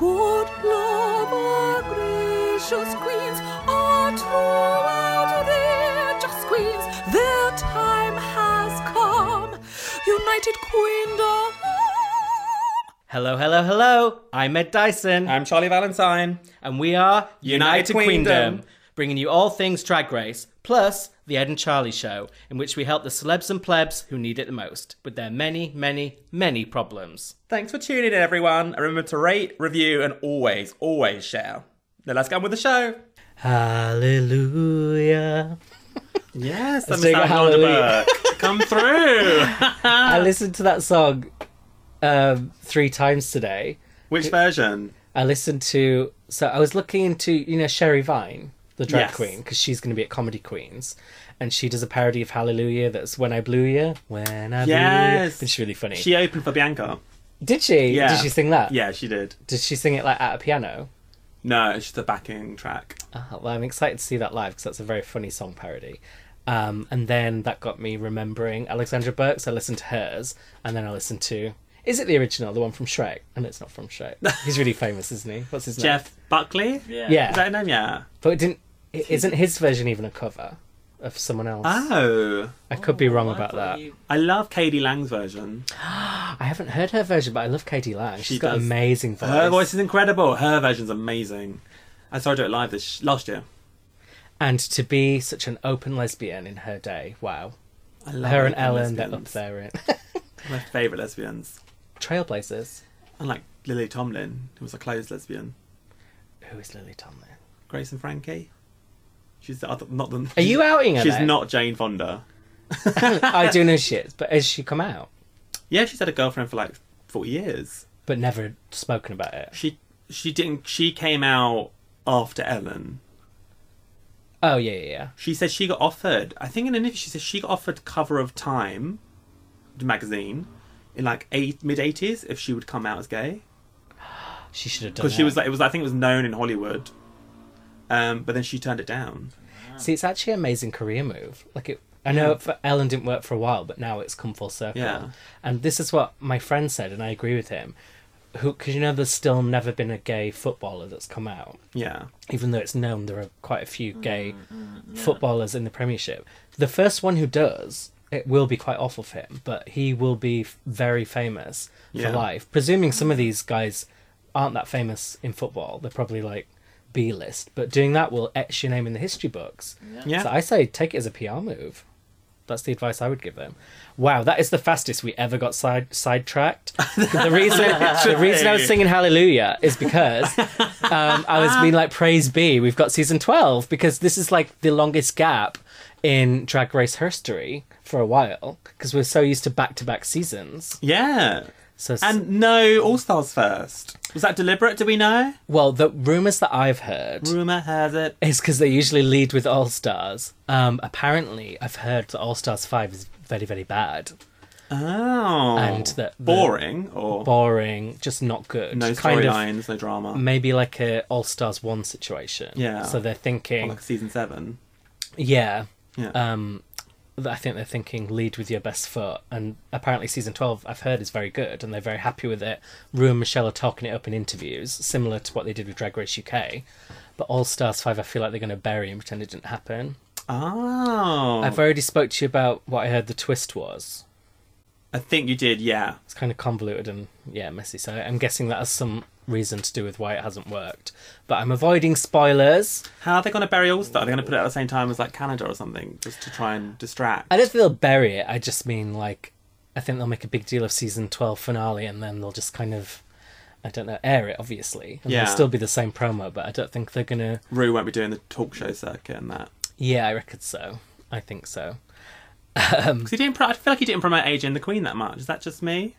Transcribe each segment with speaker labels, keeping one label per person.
Speaker 1: Good love, our gracious queens, are throughout their just queens. Their time has come. United Queendom.
Speaker 2: Hello, hello, hello. I'm Ed Dyson.
Speaker 3: I'm Charlie Valentine.
Speaker 2: and we are
Speaker 3: United Queendom.
Speaker 2: bringing you all things drag race, plus the Ed and Charlie show, in which we help the celebs and plebs who need it the most with their many, many, many problems.
Speaker 3: Thanks for tuning in, everyone. And remember to rate, review, and always, always share. Now let's get on with the show.
Speaker 4: Hallelujah.
Speaker 3: Yes, I'm
Speaker 4: take a hallelujah.
Speaker 3: Come through.
Speaker 4: I listened to that song um, three times today.
Speaker 3: Which version?
Speaker 4: I listened to, so I was looking into, you know, Sherry Vine, the drag
Speaker 3: Yes.
Speaker 4: queen, because she's going to be at Comedy Queens. And she does a parody of Hallelujah that's When I Blew You. When I Blew You.
Speaker 3: Yes.
Speaker 4: It's really funny.
Speaker 3: She opened for Bianca.
Speaker 4: Did she?
Speaker 3: Yeah.
Speaker 4: Did she sing that?
Speaker 3: Yeah, she did.
Speaker 4: Did she sing it like at a piano?
Speaker 3: No, it's just a backing track.
Speaker 4: Ah, well, I'm excited to see that live because that's a very funny song parody. Um, and then that got me remembering Alexandra Burke's. I listened to hers, and then I listened to is it the original, the one from Shrek? And it's not from Shrek. He's really famous, isn't he? What's his name?
Speaker 3: Jeff Buckley?
Speaker 4: Yeah.
Speaker 3: Is that his name? Yeah.
Speaker 4: But it didn't i- isn't his version even a cover of someone else?
Speaker 3: Oh.
Speaker 4: I could be wrong about that.
Speaker 3: I love Katie Lang's version.
Speaker 4: I haven't heard her version, but I love Katie Lang. She's
Speaker 3: She
Speaker 4: got
Speaker 3: does.
Speaker 4: amazing voice.
Speaker 3: Her voice is incredible. Her version's amazing. I saw her do it live this last year.
Speaker 4: And to be such an open lesbian in her day, wow.
Speaker 3: I love
Speaker 4: her and
Speaker 3: open
Speaker 4: Ellen, they're up
Speaker 3: lesbians.
Speaker 4: there in
Speaker 3: My favourite lesbians.
Speaker 4: trailblazers.
Speaker 3: And like Lily Tomlin, who was a closed lesbian.
Speaker 4: Who is Lily Tomlin?
Speaker 3: Grace and Frankie. She's the other, not the.
Speaker 4: Are you outing her?
Speaker 3: She's
Speaker 4: then?
Speaker 3: not Jane Fonda.
Speaker 4: I do know she is, but has she come out?
Speaker 3: Yeah, she's had a girlfriend for like forty years.
Speaker 4: But never spoken about it.
Speaker 3: She she didn't. She came out after Ellen.
Speaker 4: Oh yeah, yeah, yeah.
Speaker 3: She said she got offered. I think in an interview she said she got offered cover of Time, the magazine, in like eight mid eighties if she would come out as gay
Speaker 4: She should have done.
Speaker 3: because she
Speaker 4: that.
Speaker 3: was like it was I think it was known in Hollywood. Um, but then she turned it down.
Speaker 4: See, it's actually an amazing career move. Like it. I know for Ellen didn't work for a while, but now it's come full circle.
Speaker 3: Yeah.
Speaker 4: And this is what my friend said, and I agree with him. Who, because you know, there's still never been a gay footballer that's come out,
Speaker 3: Yeah,
Speaker 4: even though it's known there are quite a few gay footballers in the Premiership. The first one who does, it will be quite awful for him, but he will be f- very famous
Speaker 3: Yeah.
Speaker 4: for life. Presuming some of these guys aren't that famous in football, they're probably like B list, but doing that will etch your name in the history books.
Speaker 3: yeah.
Speaker 4: So I say take it as a PR move. That's the advice I would give them. Wow, that is the fastest we ever got side sidetracked. the reason the reason I was singing Hallelujah is because um, I was being like Praise be, we've got season twelve because this is like the longest gap in Drag Race history for a while because we're so used to back to back seasons.
Speaker 3: yeah.
Speaker 4: So s-
Speaker 3: And no All Stars first. Was that deliberate? Do we know?
Speaker 4: well, the rumors that I've heard
Speaker 3: Rumor has it.
Speaker 4: It's because they usually lead with All Stars. Um, apparently, I've heard that All Stars 5 is very, very bad.
Speaker 3: Oh.
Speaker 4: And that the-
Speaker 3: boring or
Speaker 4: Boring, just not good.
Speaker 3: no
Speaker 4: kind of
Speaker 3: storylines, no drama.
Speaker 4: maybe like a All Stars 1 situation.
Speaker 3: Yeah.
Speaker 4: So they're
Speaker 3: Or
Speaker 4: thinking,
Speaker 3: like season seven.
Speaker 4: yeah,
Speaker 3: Yeah.
Speaker 4: um, th- I think they're thinking lead with your best foot. And apparently, season 12, I've heard, is very good and they're very happy with it. Rue and Michelle are talking it up in interviews, similar to what they did with Drag Race UK. But All Stars 5, I feel like they're going to bury and pretend it didn't happen.
Speaker 3: oh.
Speaker 4: I've already spoke to you about what I heard the twist was.
Speaker 3: I think you did. Yeah.
Speaker 4: It's kind of convoluted and yeah, messy. So I'm guessing that has some reason to do with why it hasn't worked. But I'm avoiding spoilers.
Speaker 3: How are they going to bury All Star? They're going to put it at the same time as like Canada or something, just to try and distract.
Speaker 4: I don't think they'll bury it. I just mean like I think they'll make a big deal of season 12 finale and then they'll just kind of I don't know air it obviously. And
Speaker 3: Yeah.
Speaker 4: It'll still be the same promo, but I don't think they're going to
Speaker 3: Rue won't be doing the talk show circuit and that.
Speaker 4: Yeah, I reckon so. I think so. Um,
Speaker 3: 'Cause he didn't. Pro- I feel like he didn't promote AJ and the Queen that much. Is that just me?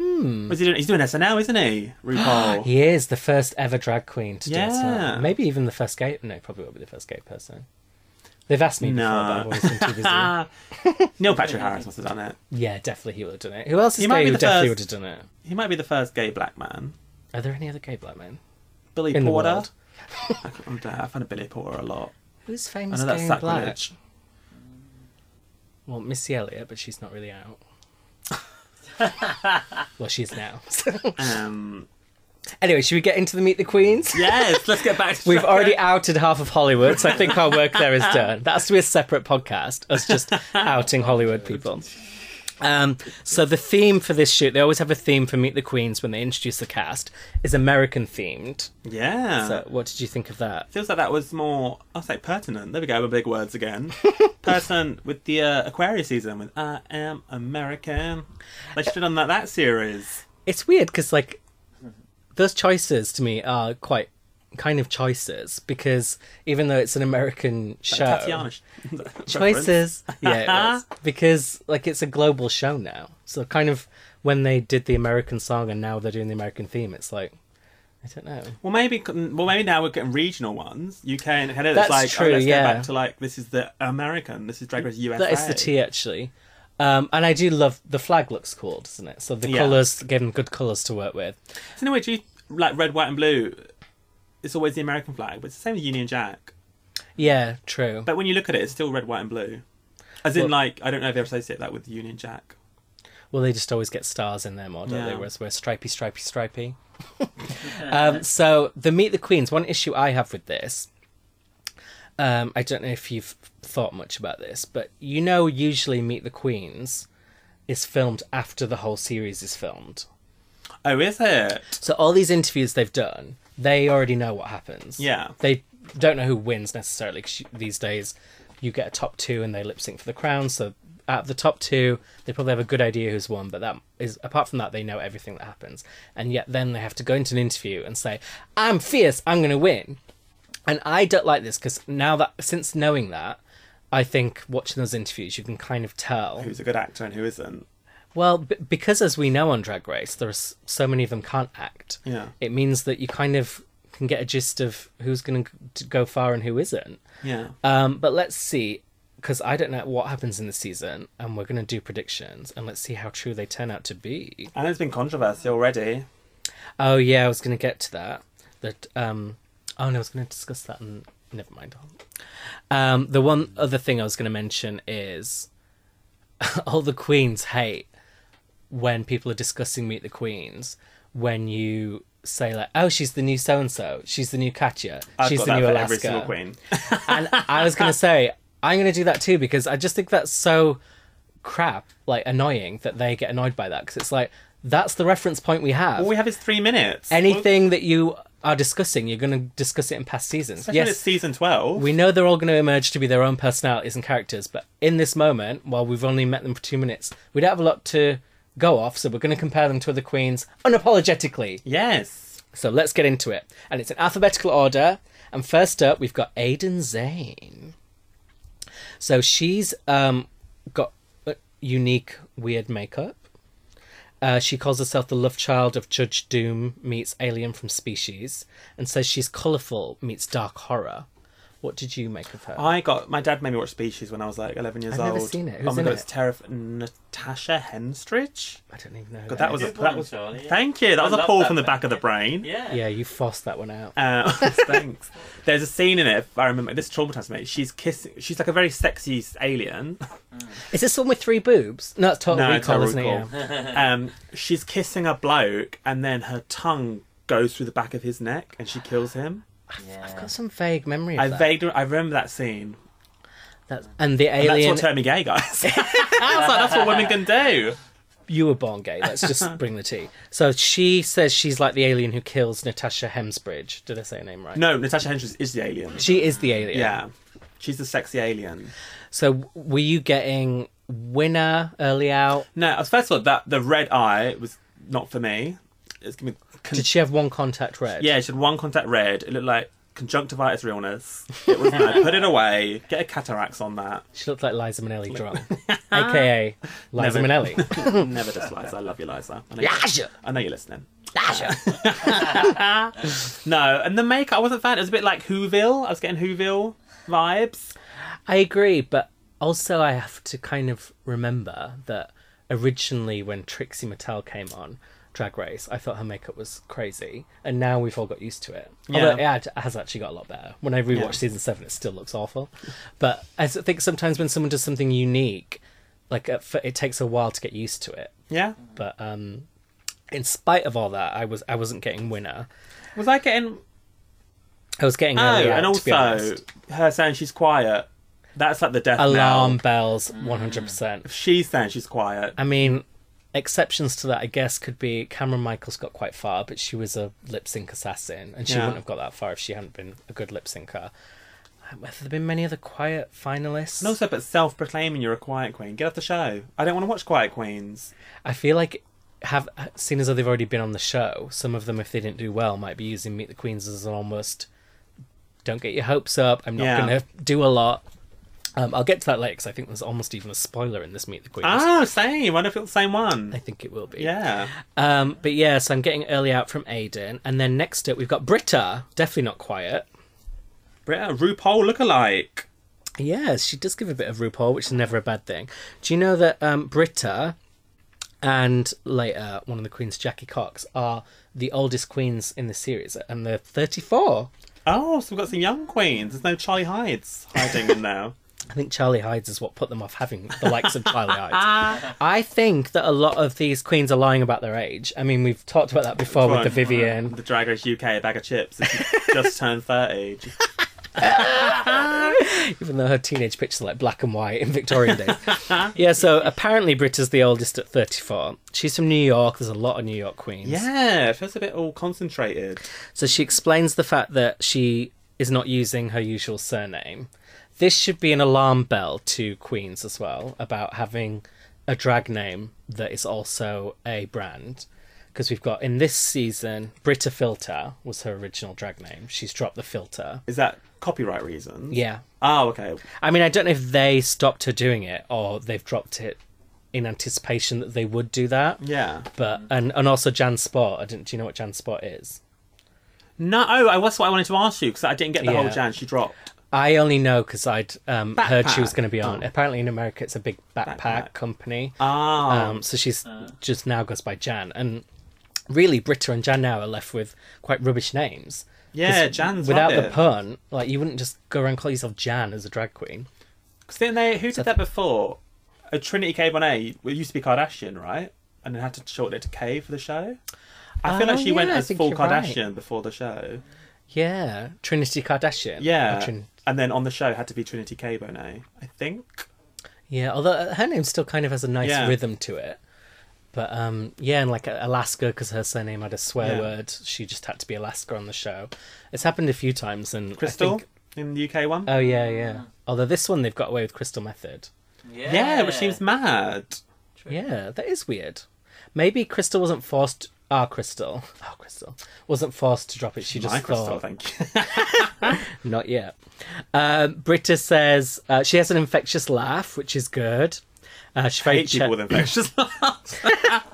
Speaker 3: Hmm. Is he doing? He's doing SNL, isn't he? RuPaul.
Speaker 4: He is the first ever drag queen to do
Speaker 3: Oh. Yeah.
Speaker 4: so. Maybe even the first gay. No, probably will be the first gay person. They've asked me before, but
Speaker 3: No.
Speaker 4: I've always been too busy.
Speaker 3: Ah. Neil Patrick Harris must have done it.
Speaker 4: yeah, definitely he would have done it. Who else is
Speaker 3: He might
Speaker 4: gay
Speaker 3: be
Speaker 4: who
Speaker 3: the
Speaker 4: definitely would have
Speaker 3: first-
Speaker 4: done it?
Speaker 3: He might be the first gay black man.
Speaker 4: Are there any other gay black men?
Speaker 3: Billy
Speaker 4: In the
Speaker 3: Porter.
Speaker 4: world.
Speaker 3: I can't- I'm down- I find a Billy Porter a lot.
Speaker 4: Who's
Speaker 3: I
Speaker 4: famous
Speaker 3: know
Speaker 4: gay
Speaker 3: that's
Speaker 4: and black?
Speaker 3: sacrilege.
Speaker 4: Well, Missy Elliott, but she's not really out. well, she's now.
Speaker 3: Um,
Speaker 4: Anyway, should we get into the Meet the Queens?
Speaker 3: Yes, let's get back to
Speaker 4: We've
Speaker 3: Drag
Speaker 4: already
Speaker 3: Race.
Speaker 4: outed half of Hollywood, so I think our work there is done. That has to be a separate podcast, us just outing Hollywood people. Um, so the theme for this shoot, they always have a theme for Meet the Queens when they introduce the cast, is American themed.
Speaker 3: Yeah.
Speaker 4: So what did you think of that?
Speaker 3: Feels like that was more, I'll say pertinent. There we go, with big words again. pertinent with the uh, Aquarius season, with I Am American. They should have done that, that series.
Speaker 4: It's weird because like those choices to me are quite kind of choices because even though it's an American show,
Speaker 3: Tatiana. Uh-huh. sh-
Speaker 4: choices. yeah, it was. because like it's a global show now. So kind of when they did the American song and now they're doing the American theme, it's like I don't know.
Speaker 3: Well, maybe well maybe now we're getting regional ones. UK and Canada.
Speaker 4: That's
Speaker 3: it's like,
Speaker 4: true,
Speaker 3: Oh, let's
Speaker 4: yeah.
Speaker 3: go back to like this is the American. This is Drag Race USA.
Speaker 4: That is the tea actually. Um, and I do love the flag looks cool, doesn't it? So the
Speaker 3: Yeah.
Speaker 4: colours gave them good colours to work with.
Speaker 3: So in a way, do you like red, white, and blue? It's always the American flag, but it's the same with Union Jack.
Speaker 4: Yeah, true.
Speaker 3: But when you look at it, it's still red, white, and blue. As in, like I don't know if they associate that with Union Jack.
Speaker 4: Well, they just always get stars in them, or don't they?
Speaker 3: Yeah.
Speaker 4: Whereas we're stripy, stripy, stripy. um, so the Meet the Queens. One issue I have with this, um, I don't know if you've thought much about this, but you know, usually Meet the Queens is filmed after the whole series is filmed.
Speaker 3: Oh, is it?
Speaker 4: So all these interviews they've done, they already know what happens.
Speaker 3: Yeah.
Speaker 4: They don't know who wins necessarily 'cause you- these days you get a top two and they lip sync for the crown. So out of the top two, they probably have a good idea who's won. But that is apart from that, they know everything that happens. And yet then they have to go into an interview and say, "I'm fierce. I'm going to win." And I don't like this because now that since knowing that. I think watching those interviews, you can kind of tell
Speaker 3: Who's a good actor and who isn't?
Speaker 4: well, b- because as we know on Drag Race, there are s- so many of them can't act.
Speaker 3: Yeah.
Speaker 4: It means that you kind of can get a gist of who's going to go far and who isn't.
Speaker 3: Yeah.
Speaker 4: Um, but let's see, because I don't know what happens in the season, and we're going to do predictions, and let's see how true they turn out to be.
Speaker 3: I know it's been controversy already.
Speaker 4: Oh yeah, I was going to get to that. That um, oh no, I was going to discuss that. And never mind. Um, the one other thing I was going to mention is all the queens hate when people are discussing Meet the Queens when you say like, oh, she's the new so and so, she's the new Katya,
Speaker 3: I've
Speaker 4: she's
Speaker 3: got
Speaker 4: the
Speaker 3: that
Speaker 4: new
Speaker 3: for
Speaker 4: Alaska.
Speaker 3: every single queen.
Speaker 4: and I was going to say I'm going to do that too because I just think that's so crap, like annoying that they get annoyed by that because it's like that's the reference point we have
Speaker 3: All we have is three minutes.
Speaker 4: anything that you are discussing, you're going to discuss it in past seasons.
Speaker 3: Especially when it's
Speaker 4: yes,
Speaker 3: season twelve.
Speaker 4: we know they're all going to emerge to be their own personalities and characters, but in this moment, while we've only met them for two minutes, we don't have a lot to go off, so we're going to compare them to other queens unapologetically.
Speaker 3: Yes.
Speaker 4: So let's get into it. And it's in alphabetical order. And first up, we've got Aiden Zane. So she's um, got uh, unique, weird makeup. Uh, she calls herself the love child of Judge Doom meets Alien from Species and says she's colourful meets dark horror. What did you make of her?
Speaker 3: I got my dad made me watch Species when I was like eleven years
Speaker 4: I've
Speaker 3: old.
Speaker 4: never seen it.
Speaker 3: oh
Speaker 4: Who's
Speaker 3: my
Speaker 4: in
Speaker 3: god,
Speaker 4: it?
Speaker 3: it's terrifying. Natasha Henstridge.
Speaker 4: I don't even know. who
Speaker 3: God, that was a
Speaker 4: is.
Speaker 5: Good one,
Speaker 3: that was.
Speaker 5: Charlie, yeah.
Speaker 3: Thank you. That was a
Speaker 5: love
Speaker 3: pull
Speaker 5: that
Speaker 3: from the
Speaker 5: bit,
Speaker 3: back of the
Speaker 5: yeah.
Speaker 3: brain.
Speaker 5: Yeah.
Speaker 4: Yeah, you forced that one out.
Speaker 3: Uh, thanks. There's a scene in it. If I remember this traumatized me. She's kissing. She's like a very sexy alien.
Speaker 4: Is this the one with three boobs? No, it's Total
Speaker 3: No,
Speaker 4: Recall,
Speaker 3: it's Total
Speaker 4: Oh, isn't it?
Speaker 3: Recall.
Speaker 4: Yeah.
Speaker 3: Um, she's kissing a bloke, and then her tongue goes through the back of his neck, and she kills him.
Speaker 4: I've got some vague memory of
Speaker 3: I
Speaker 4: that.
Speaker 3: vaguely I remember that scene.
Speaker 4: That's- and the
Speaker 3: And that's
Speaker 4: alien
Speaker 3: what turned me gay, guys. I was like, that's what women can do.
Speaker 4: you were born gay. Let's just bring the tea. So she says she's like the alien who kills Natasha Hemsbridge. Did I say her name right?
Speaker 3: No, Natasha Henstridge is the alien.
Speaker 4: She is the alien.
Speaker 3: Yeah. She's the sexy alien.
Speaker 4: So were you getting winner early out?
Speaker 3: No, uh, first of all, that the red eye was not for me. It's gonna be con-
Speaker 4: Did she have one contact red?
Speaker 3: yeah. She had one contact red. It looked like conjunctivitis realness. It was no. Put it away. Get a cataracts on that.
Speaker 4: She looked like Liza Minnelli drunk, aka Liza
Speaker 3: Never.
Speaker 4: Minnelli.
Speaker 3: Never just Liza. I love you, Liza. I know you-
Speaker 4: Liza!
Speaker 3: I know you're listening. No, and the makeup I wasn't a fan. It was a bit like Whoville. I was getting Whoville vibes.
Speaker 4: I agree, but also I have to kind of remember that originally when Trixie Mattel came on Drag Race, I thought her makeup was crazy, and now we've all got used to it. Although it
Speaker 3: Yeah.
Speaker 4: had- has actually got a lot better. When I rewatch
Speaker 3: Yeah.
Speaker 4: season seven, it still looks awful. But I s- think sometimes when someone does something uh, unique, like at fir- it takes a while to get used to it.
Speaker 3: Yeah.
Speaker 4: But um, in spite of all that, I was I wasn't getting winner.
Speaker 3: Was I getting?
Speaker 4: I was getting
Speaker 3: Oh,
Speaker 4: early out,
Speaker 3: and
Speaker 4: to be
Speaker 3: also
Speaker 4: honest.
Speaker 3: her saying she's quiet. That's like the death
Speaker 4: alarm
Speaker 3: knell.
Speaker 4: bells, one hundred percent.
Speaker 3: She's saying she's quiet.
Speaker 4: I mean, exceptions to that, I guess, could be Cameron Michaels got quite far, but she was a lip sync assassin, and she
Speaker 3: Yeah.
Speaker 4: wouldn't have got that far if she hadn't been a good lip syncer. Um, Have there been many other quiet finalists?
Speaker 3: And also, but self-proclaiming you're a quiet queen. Get off the show. I don't want to watch quiet queens.
Speaker 4: I feel like have seen as though they've already been on the show. Some of them, if they didn't do well, might be using Meet the Queens as an almost don't get your hopes up. I'm not
Speaker 3: Yeah.
Speaker 4: going to do a lot. Um, I'll get to that later because I think there's almost even a spoiler in this Meet the Queens.
Speaker 3: Oh, same. I don't feel the same one.
Speaker 4: I think it will be.
Speaker 3: Yeah.
Speaker 4: Um, but yeah, so I'm getting early out from Aiden, and then next up we've got Britta. Definitely not quiet.
Speaker 3: Britta, RuPaul look-alike.
Speaker 4: Yes, she does give a bit of RuPaul, which is never a bad thing. Do you know that um, Britta and later one of the queens, Jackie Cox, are the oldest queens in the series, and they're 34.
Speaker 3: Oh, so we've got some young queens. There's no Charlie Hides hiding in there.
Speaker 4: I think Charlie Hides is what put them off having the likes of Charlie Hides. I think that a lot of these queens are lying about their age. I mean, we've talked about that before Oh, with the
Speaker 3: Fun.
Speaker 4: Vivian.
Speaker 3: The Drag Race UK bag of chips. It's just turned 30. Just-
Speaker 4: even though her teenage pictures are like black and white in Victorian days. yeah, so apparently Britta's the oldest at 34. She's from New York. There's a lot of New York queens.
Speaker 3: Yeah, it feels a bit all concentrated.
Speaker 4: So she explains the fact that she is not using her usual surname. This should be an alarm bell to queens as well about having a drag name that is also a brand. Because we've got in this season, Britta Filter was her original drag name. She's dropped the filter.
Speaker 3: Is that copyright reasons?
Speaker 4: Yeah.
Speaker 3: Oh, okay.
Speaker 4: I mean, I don't know if they stopped her doing it or they've dropped it in anticipation that they would do that.
Speaker 3: Yeah.
Speaker 4: But and and also Jan Sport. I didn't. Do you know what Jan Sport is?
Speaker 3: No, oh, I was what I wanted to ask you because I didn't get the whole
Speaker 4: Yeah.
Speaker 3: Jan she dropped.
Speaker 4: I only know because I'd um, heard she was
Speaker 3: Backpack. Oh.
Speaker 4: going to be on. Apparently, in America, it's a big backpack,
Speaker 3: Backpack.
Speaker 4: company.
Speaker 3: Oh,
Speaker 4: Um, so she's just now goes by Jan, and really, Britta and Jan now are left with quite rubbish names. 'Cause
Speaker 3: yeah, Jan's
Speaker 4: without the
Speaker 3: rubbish.
Speaker 4: pun, like you wouldn't just go around and call yourself Jan as a drag queen.
Speaker 3: Because didn't they? Who did that before? A Trinity K Bonet. Well, it used to be Kardashian, right? And they had to shorten it to K for the show. I feel
Speaker 4: Oh,
Speaker 3: like she went
Speaker 4: yeah, I
Speaker 3: as
Speaker 4: think
Speaker 3: full
Speaker 4: you're right.
Speaker 3: Kardashian before the show.
Speaker 4: Yeah, Trinity Kardashian.
Speaker 3: Yeah.
Speaker 4: Or Trin-
Speaker 3: and then on the show had to be Trinity K Bonet, I think.
Speaker 4: Yeah, although uh, her name still kind of has a nice
Speaker 3: Yeah.
Speaker 4: rhythm to it. But um, yeah, and like Alaska, because her surname had a swear
Speaker 3: Yeah.
Speaker 4: word, she just had to be Alaska on the show. It's happened a few times, and I
Speaker 3: Crystal
Speaker 4: think-
Speaker 3: in the UK one.
Speaker 4: oh yeah, yeah. Although this one they've got away with Crystal Method.
Speaker 3: yeah. which seems mad.
Speaker 4: Yeah, that is weird. Maybe Crystal wasn't forced. Ah, Crystal. Oh, Crystal wasn't forced to drop it. She just
Speaker 3: My
Speaker 4: thought,
Speaker 3: Crystal, thank you.
Speaker 4: Not yet. Um, Britta says uh, she has an infectious laugh, which is good. Uh, she
Speaker 3: I
Speaker 4: very
Speaker 3: hate people
Speaker 4: che-
Speaker 3: with infectious laughs.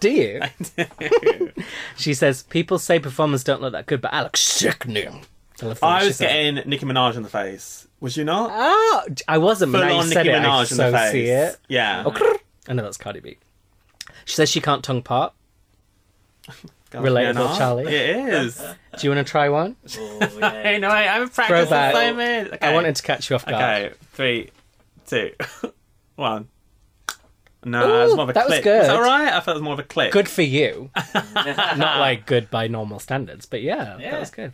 Speaker 4: Do you? she says people say performers don't look that good, but Alex sickening. I, love that
Speaker 3: I
Speaker 4: she
Speaker 3: was
Speaker 4: said.
Speaker 3: getting Nicki Minaj in the face. Was you not?
Speaker 4: Oh, I wasn't. But
Speaker 3: Full
Speaker 4: now you
Speaker 3: on
Speaker 4: said
Speaker 3: Nicki
Speaker 4: it. I
Speaker 3: Minaj in
Speaker 4: so
Speaker 3: the face.
Speaker 4: see it. Oh,
Speaker 3: Yeah.
Speaker 4: I know that's Cardi B. She says she can't tongue part.
Speaker 3: Girls
Speaker 4: Relatable,
Speaker 3: Minaj.
Speaker 4: Charlie.
Speaker 3: It is.
Speaker 4: Do you want to try one?
Speaker 5: Oh, yeah.
Speaker 3: hey, no, wait, I haven't practiced
Speaker 4: Throwback.
Speaker 3: so much. Okay.
Speaker 4: I wanted to catch you off guard.
Speaker 3: Okay, three, two, one. No, it was
Speaker 4: Ooh,
Speaker 3: more of a
Speaker 4: that was
Speaker 3: click.
Speaker 4: good.
Speaker 3: Is that right? I thought it was more of a click.
Speaker 4: Good for you. Not like good by normal standards, but yeah, that
Speaker 5: Yeah.
Speaker 4: was good.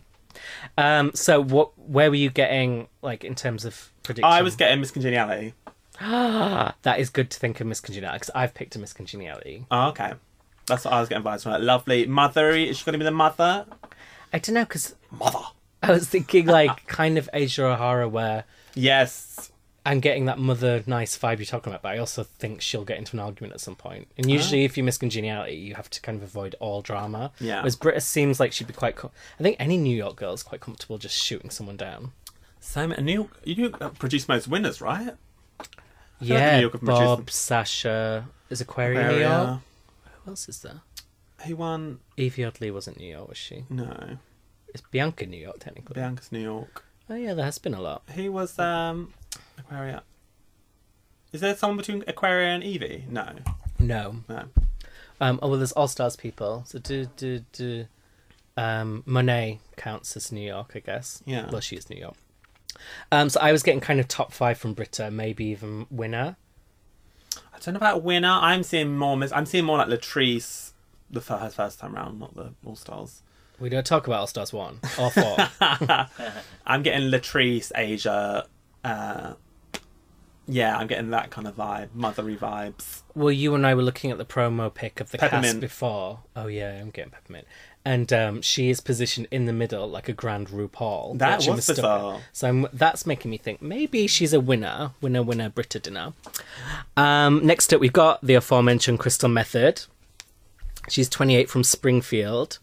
Speaker 4: Um, so what? Where were you getting like in terms of prediction?
Speaker 3: I was getting Miss Congeniality.
Speaker 4: That is good to think of miscongeniality because I've picked a miscongeniality.
Speaker 3: Oh, okay. That's what I was getting vibes from. Like, lovely. Mothery. Is she going to be the mother?
Speaker 4: I don't know because
Speaker 3: Mother.
Speaker 4: I was thinking like kind of Asia O'Hara where
Speaker 3: Yes.
Speaker 4: I'm getting that mother nice vibe you're talking about, but I also think she'll get into an argument at some point.
Speaker 3: Ah.
Speaker 4: And usually if you miss congeniality, you have to kind of avoid all drama.
Speaker 3: Yeah.
Speaker 4: Whereas Britta seems like she'd be quite com- I think any New York girl is quite comfortable just shooting someone down.
Speaker 3: Same. And New York, you New York produced most winners, right? feel like
Speaker 4: yeah.
Speaker 3: New York have produced
Speaker 4: Bob,
Speaker 3: them.
Speaker 4: Sasha is Aquaria New York.
Speaker 3: Area.
Speaker 4: Who else is there?
Speaker 3: Who won?
Speaker 4: Evie Oddly wasn't New York, was she?
Speaker 3: No.
Speaker 4: It's Bianca New York technically.
Speaker 3: Bianca's New York.
Speaker 4: oh yeah, there has been a lot.
Speaker 3: Who was um Aquaria? Is there someone between Aquaria and Evie? No.
Speaker 4: No.
Speaker 3: No.
Speaker 4: Um, oh well, there's All Stars people. So do do do. Um, Monet counts as New York, I guess.
Speaker 3: Yeah.
Speaker 4: Well, she is New York. Um, so I was getting kind of top five from Britta, maybe even winner.
Speaker 3: I don't know about winner. I'm seeing more. Miss- I'm seeing more like Latrice, the fir- her first time round, not the All Stars.
Speaker 4: We don't talk about All Stars 1 or 4.
Speaker 3: I'm getting Latrice, Asia. Uh, yeah, I'm getting that kind of vibe, mothery vibes.
Speaker 4: well, you and I were looking at the promo pic of the cast
Speaker 3: Peppermint.
Speaker 4: before. Oh, yeah, I'm getting Peppermint. And um, she is positioned in the middle like a grand RuPaul.
Speaker 3: That
Speaker 4: watching
Speaker 3: was
Speaker 4: the stomach.
Speaker 3: bizarre.
Speaker 4: So I'm, that's making me think maybe she's a winner. Winner, winner, Brita dinner. Um, next up, we've got the aforementioned Crystal Method. She's 28 from Springfield.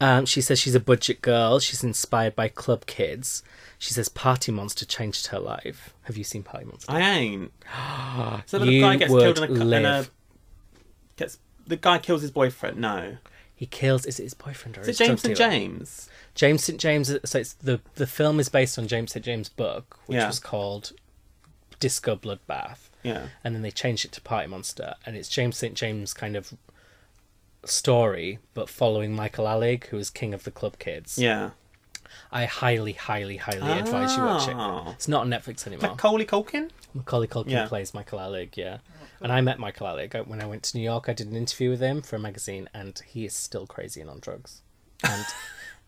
Speaker 4: Um, she says she's a budget girl. She's inspired by club kids. She says Party Monster changed her life. Have you seen Party Monster?
Speaker 3: I ain't. So
Speaker 4: You
Speaker 3: the guy gets killed in a,
Speaker 4: would
Speaker 3: cu- in a
Speaker 4: live.
Speaker 3: gets the guy kills his boyfriend. No,
Speaker 4: He kills. Is it his boyfriend or
Speaker 3: is it
Speaker 4: his drug
Speaker 3: James and
Speaker 4: dealer?
Speaker 3: James?
Speaker 4: James St James. So it's the the film is based on James St James' book, which
Speaker 3: Yeah.
Speaker 4: was called Disco Bloodbath.
Speaker 3: Yeah,
Speaker 4: and then they changed it to Party Monster, and it's James St. James kind of story, but following Michael Alec, who is king of the club kids.
Speaker 3: yeah.
Speaker 4: I highly, highly, highly advise you watch
Speaker 3: Oh.
Speaker 4: it. It's not on Netflix
Speaker 3: Is
Speaker 4: anymore.
Speaker 3: that Coley Culkin?
Speaker 4: Macaulay Culkin
Speaker 3: Yeah.
Speaker 4: plays Michael Alec, yeah. And I met Michael Alec I- when I went to New York. I did an interview with him for a magazine, and he is still crazy and on drugs. And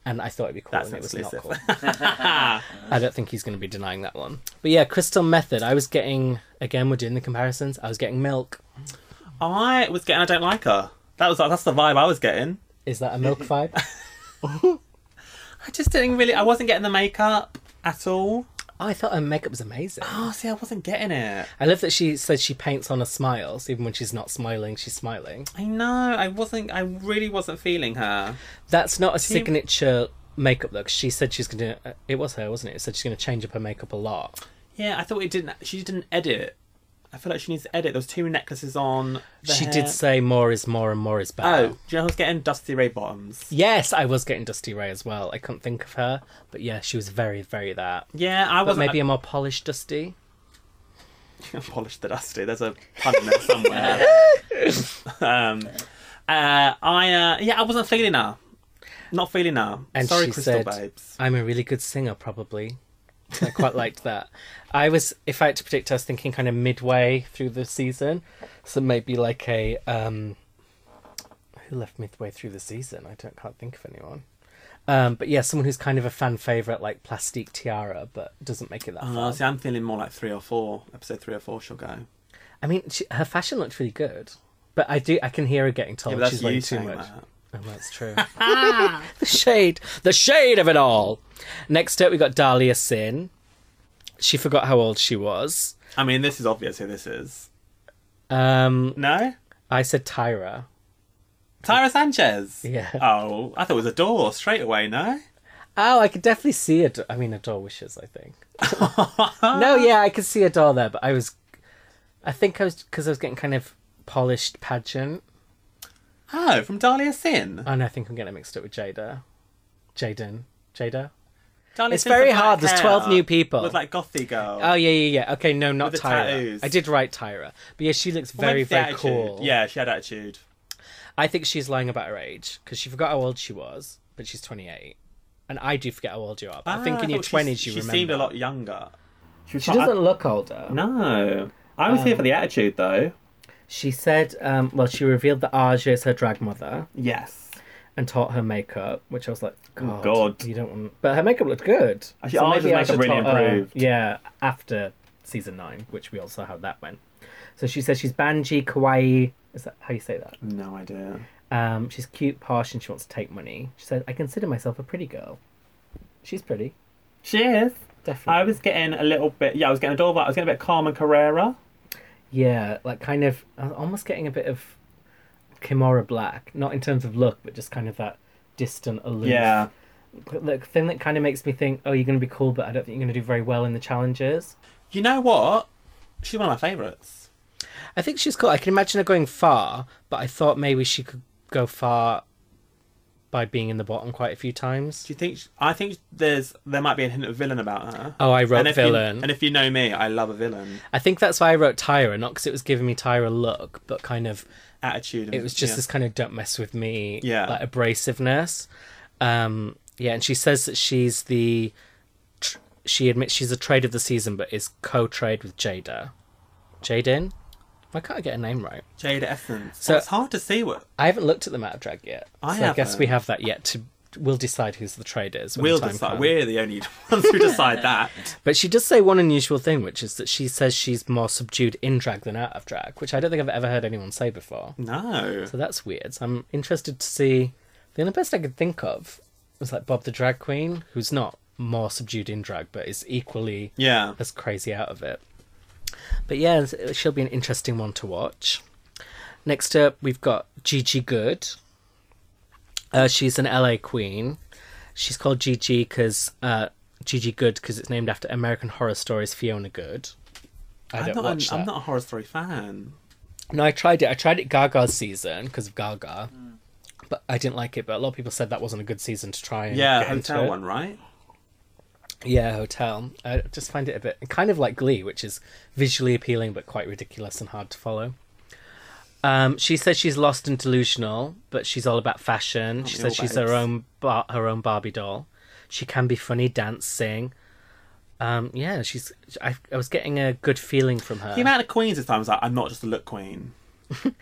Speaker 4: and I thought it'd be cool,
Speaker 3: That's
Speaker 4: and it was
Speaker 3: exclusive.
Speaker 4: not cool. I don't think he's going to be denying that one. But yeah, Crystal Method. I was getting again. We're doing the comparisons. I was getting milk.
Speaker 3: I was getting. I don't like her. That was that's the vibe I was getting.
Speaker 4: Is that a milk vibe? Oh,
Speaker 3: I just didn't really. I wasn't getting the makeup at all.
Speaker 4: Oh, I thought her makeup was amazing.
Speaker 3: Oh, see, I wasn't getting it.
Speaker 4: I love that she says she paints on a smile, so even when she's not smiling, she's smiling.
Speaker 3: I know. I wasn't. I really wasn't feeling her.
Speaker 4: That's not a signature makeup look. She said she's going to. It was her, wasn't it? She said she's going to change up her makeup a lot.
Speaker 3: Yeah, I thought it didn't. She didn't edit. I feel like she needs to edit. There was two necklaces on. the
Speaker 4: she
Speaker 3: hair.
Speaker 4: did say more is more and more is better.
Speaker 3: Oh, do you know who's getting Dusty Ray Bottoms?
Speaker 4: Yes, I was getting Dusty Ray as well. I couldn't think of her, but yeah, she was very, very that.
Speaker 3: Yeah, I
Speaker 4: But
Speaker 3: was
Speaker 4: maybe a more polished Dusty.
Speaker 3: polish the dusty. There's a pun in there somewhere. um, uh, I uh, yeah, I wasn't feeling her. Not feeling her.
Speaker 4: And
Speaker 3: Sorry,
Speaker 4: she
Speaker 3: Crystal
Speaker 4: said,
Speaker 3: Babes.
Speaker 4: I'm a really good singer, probably. I quite liked that. I was, if I had to predict, I was thinking kind of midway through the season, so maybe like a um, who left midway through the season? I don't can't think of anyone. Um, but yeah, someone who's kind of a fan favorite, like Plastique Tiara, but doesn't make it that
Speaker 3: Oh,
Speaker 4: far.
Speaker 3: see, I'm feeling more like three or four. Episode three or four, she'll go.
Speaker 4: I mean, she, her fashion looked really good, but I do I can hear her getting
Speaker 3: Yeah,
Speaker 4: told
Speaker 3: but that's
Speaker 4: she's
Speaker 3: you
Speaker 4: wearing too
Speaker 3: saying
Speaker 4: much.
Speaker 3: that.
Speaker 4: Oh, that's true. the shade, the shade of it all. Next up, we got Dahlia Sin. She forgot how old she was.
Speaker 3: I mean, this is obvious who this is.
Speaker 4: Um,
Speaker 3: No,
Speaker 4: I said Tyra.
Speaker 3: Tyra Sanchez.
Speaker 4: Yeah.
Speaker 3: Oh, I thought it was a door straight away. No.
Speaker 4: Oh, I could definitely see a. Do- I mean, a door wishes. I think. no, yeah, I could see a door there, but I was, I think I was because I was getting kind of polished pageant,
Speaker 3: Oh, from Dahlia Sin.
Speaker 4: and I think I'm getting mixed up with Jada, Jaden, Jada.
Speaker 3: Dahlia
Speaker 4: It's
Speaker 3: Sin's
Speaker 4: very
Speaker 3: the black
Speaker 4: hard, there's 12
Speaker 3: hair
Speaker 4: new people.
Speaker 3: With like gothy girl.
Speaker 4: Oh yeah, yeah, yeah. Okay, no, not
Speaker 3: the
Speaker 4: Tyra.
Speaker 3: tattoos.
Speaker 4: I did write Tyra, but yeah, she looks
Speaker 3: Well,
Speaker 4: very,
Speaker 3: maybe the
Speaker 4: very
Speaker 3: attitude.
Speaker 4: cool.
Speaker 3: Yeah, she had attitude.
Speaker 4: I think she's lying about her age because she forgot how old she was, but she's 28. And I do forget how old you are. But I think
Speaker 3: Ah,
Speaker 4: in your
Speaker 3: thought she-
Speaker 4: 20s you
Speaker 3: she
Speaker 4: remember.
Speaker 3: seemed a lot younger.
Speaker 4: She doesn't look older.
Speaker 3: No. I was here
Speaker 4: Um,
Speaker 3: for the attitude, though.
Speaker 4: She said, um, well, she revealed that Aja is her drag mother
Speaker 3: Yes.
Speaker 4: and taught her makeup, which I was like, God,
Speaker 3: Oh, God.
Speaker 4: you don't want. But her makeup looked good.
Speaker 3: Actually, Aja's
Speaker 4: maybe
Speaker 3: makeup
Speaker 4: Aja
Speaker 3: really
Speaker 4: taught her-
Speaker 3: improved.
Speaker 4: yeah, after season nine, which we all saw how that went. So she says she's banji kawaii. Is that how you say that?
Speaker 3: No idea.
Speaker 4: Um, she's cute, posh, and she wants to take money. She said, I consider myself a pretty girl. She's pretty.
Speaker 3: Cheers.
Speaker 4: Definitely.
Speaker 3: I was getting a little bit. Yeah, I was getting a door vibe. I was getting a bit Carmen Carrera.
Speaker 4: Yeah, like kind of I was almost getting a bit of Kimora Black, not in terms of look, but just kind of that distant, aloof
Speaker 3: Yeah.
Speaker 4: look thing that kind of makes me think, oh, you're going to be cool, but I don't think you're going to do very well in the challenges.
Speaker 3: You know what? She's one of my favourites.
Speaker 4: I think she's cool. I can imagine her going far, but I thought maybe she could go far by being in the bottom quite a few times.
Speaker 3: Do you think? sh- I think there's there might be a hint of villain about her.
Speaker 4: Oh, I wrote
Speaker 3: and if
Speaker 4: villain.
Speaker 3: You, and if you know me, I love a villain
Speaker 4: I think that's why I wrote Tyra, not because it was giving me Tyra look, but kind of
Speaker 3: attitude. and-
Speaker 4: it was just
Speaker 3: yeah.
Speaker 4: this kind of don't mess with me
Speaker 3: Yeah.
Speaker 4: like abrasiveness um yeah and she says that she's the tr- she admits she's a trade of the season but is co-trade with jada jaden Why can't I get a name right?
Speaker 3: Jade Essence.
Speaker 4: So-
Speaker 3: So it's hard to see what.
Speaker 4: I haven't looked at the map of drag yet.
Speaker 3: I
Speaker 4: so I guess
Speaker 3: haven't.
Speaker 4: we have that yet to. We'll decide who's the trade is. when
Speaker 3: We'll
Speaker 4: the time
Speaker 3: decide.
Speaker 4: comes.
Speaker 3: We're the only ones who decide that.
Speaker 4: But she does say one unusual thing, which is that she says she's more subdued in drag than out of drag, which I don't think I've ever heard anyone say before.
Speaker 3: No.
Speaker 4: So that's weird. So I'm interested to see. The only best I could think of was like Bob the Drag Queen, who's not more subdued in drag, but is equally
Speaker 3: Yeah.
Speaker 4: as crazy out of it. But yeah, it's- she'll be an interesting one to watch. Next up, we've got Gigi Good. Uh, she's an LA queen. She's called Gigi because uh, Gigi Good because it's named after American Horror Stories Fiona Good. I
Speaker 3: I'm
Speaker 4: don't
Speaker 3: not,
Speaker 4: watch
Speaker 3: a,
Speaker 4: that.
Speaker 3: I'm not a horror story fan.
Speaker 4: No, I tried it. I tried it Gaga's season because of Gaga, but I didn't like it. But a lot of people said that wasn't a good season to try. And
Speaker 3: Yeah,
Speaker 4: get into
Speaker 3: hotel
Speaker 4: it.
Speaker 3: one, right?
Speaker 4: Yeah, hotel. I just find it a bit kind of like Glee, which is visually appealing but quite ridiculous and hard to follow. Um, she says she's lost and delusional, but she's all about fashion. She
Speaker 3: be
Speaker 4: says
Speaker 3: all
Speaker 4: she's
Speaker 3: babes.
Speaker 4: her own bar- her own Barbie doll. She can be funny, dance, sing. Um, yeah, she's. I, I was getting a good feeling from her.
Speaker 3: The amount of queens this time is like, I'm not just a look queen.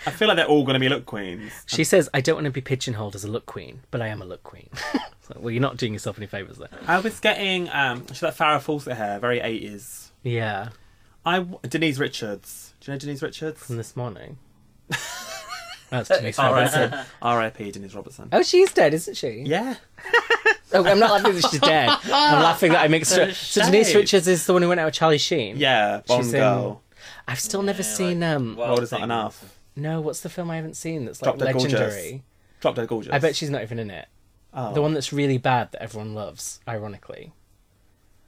Speaker 3: I feel like they're all going to be look queens.
Speaker 4: She says, I don't want to be pigeonholed as a look queen, but I am a look queen. It's like, well, you're not doing yourself any favours there.
Speaker 3: I was getting, um, she's like Farrah Fawcett hair, very 80s.
Speaker 4: Yeah,
Speaker 3: I, w- Denise Richards. Do you know Denise Richards?
Speaker 4: from this morning. That's Denise Robertson.
Speaker 3: R.I.P. R.I.P. Denise Robertson.
Speaker 4: Oh, she's dead, isn't she?
Speaker 3: Yeah.
Speaker 4: Oh, I'm not laughing that she's dead. I'm laughing that I mixed her. So Denise
Speaker 3: shade.
Speaker 4: Richards is the one who went out with Charlie Sheen.
Speaker 3: Yeah, Bond
Speaker 4: She's in-
Speaker 3: Girl.
Speaker 4: I've still never seen. um
Speaker 3: Old is not enough.
Speaker 4: No, what's the film I haven't seen that's like
Speaker 3: Drop Dead Gorgeous.
Speaker 4: legendary?
Speaker 3: Drop Dead Gorgeous.
Speaker 4: I bet she's not even in it.
Speaker 3: Oh.
Speaker 4: The one that's really bad that everyone loves, ironically.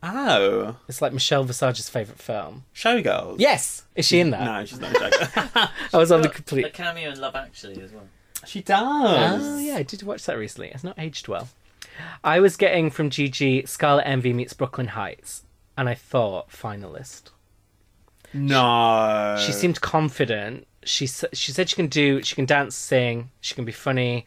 Speaker 3: Oh.
Speaker 4: It's like Michelle Visage's favourite film.
Speaker 3: Showgirls.
Speaker 4: Yes! Is she in that?
Speaker 3: No, she's not a showgirl.
Speaker 4: I was on the
Speaker 5: Got
Speaker 4: complete.
Speaker 5: A cameo in Love Actually as well.
Speaker 3: she does.
Speaker 4: Oh yeah, I did watch that recently. It's not aged well. I was getting from GG Scarlet Envy meets Brooklyn Heights, and I thought finalist.
Speaker 3: No.
Speaker 4: She seemed confident. She s- she said she can do. She can dance, sing. She can be funny.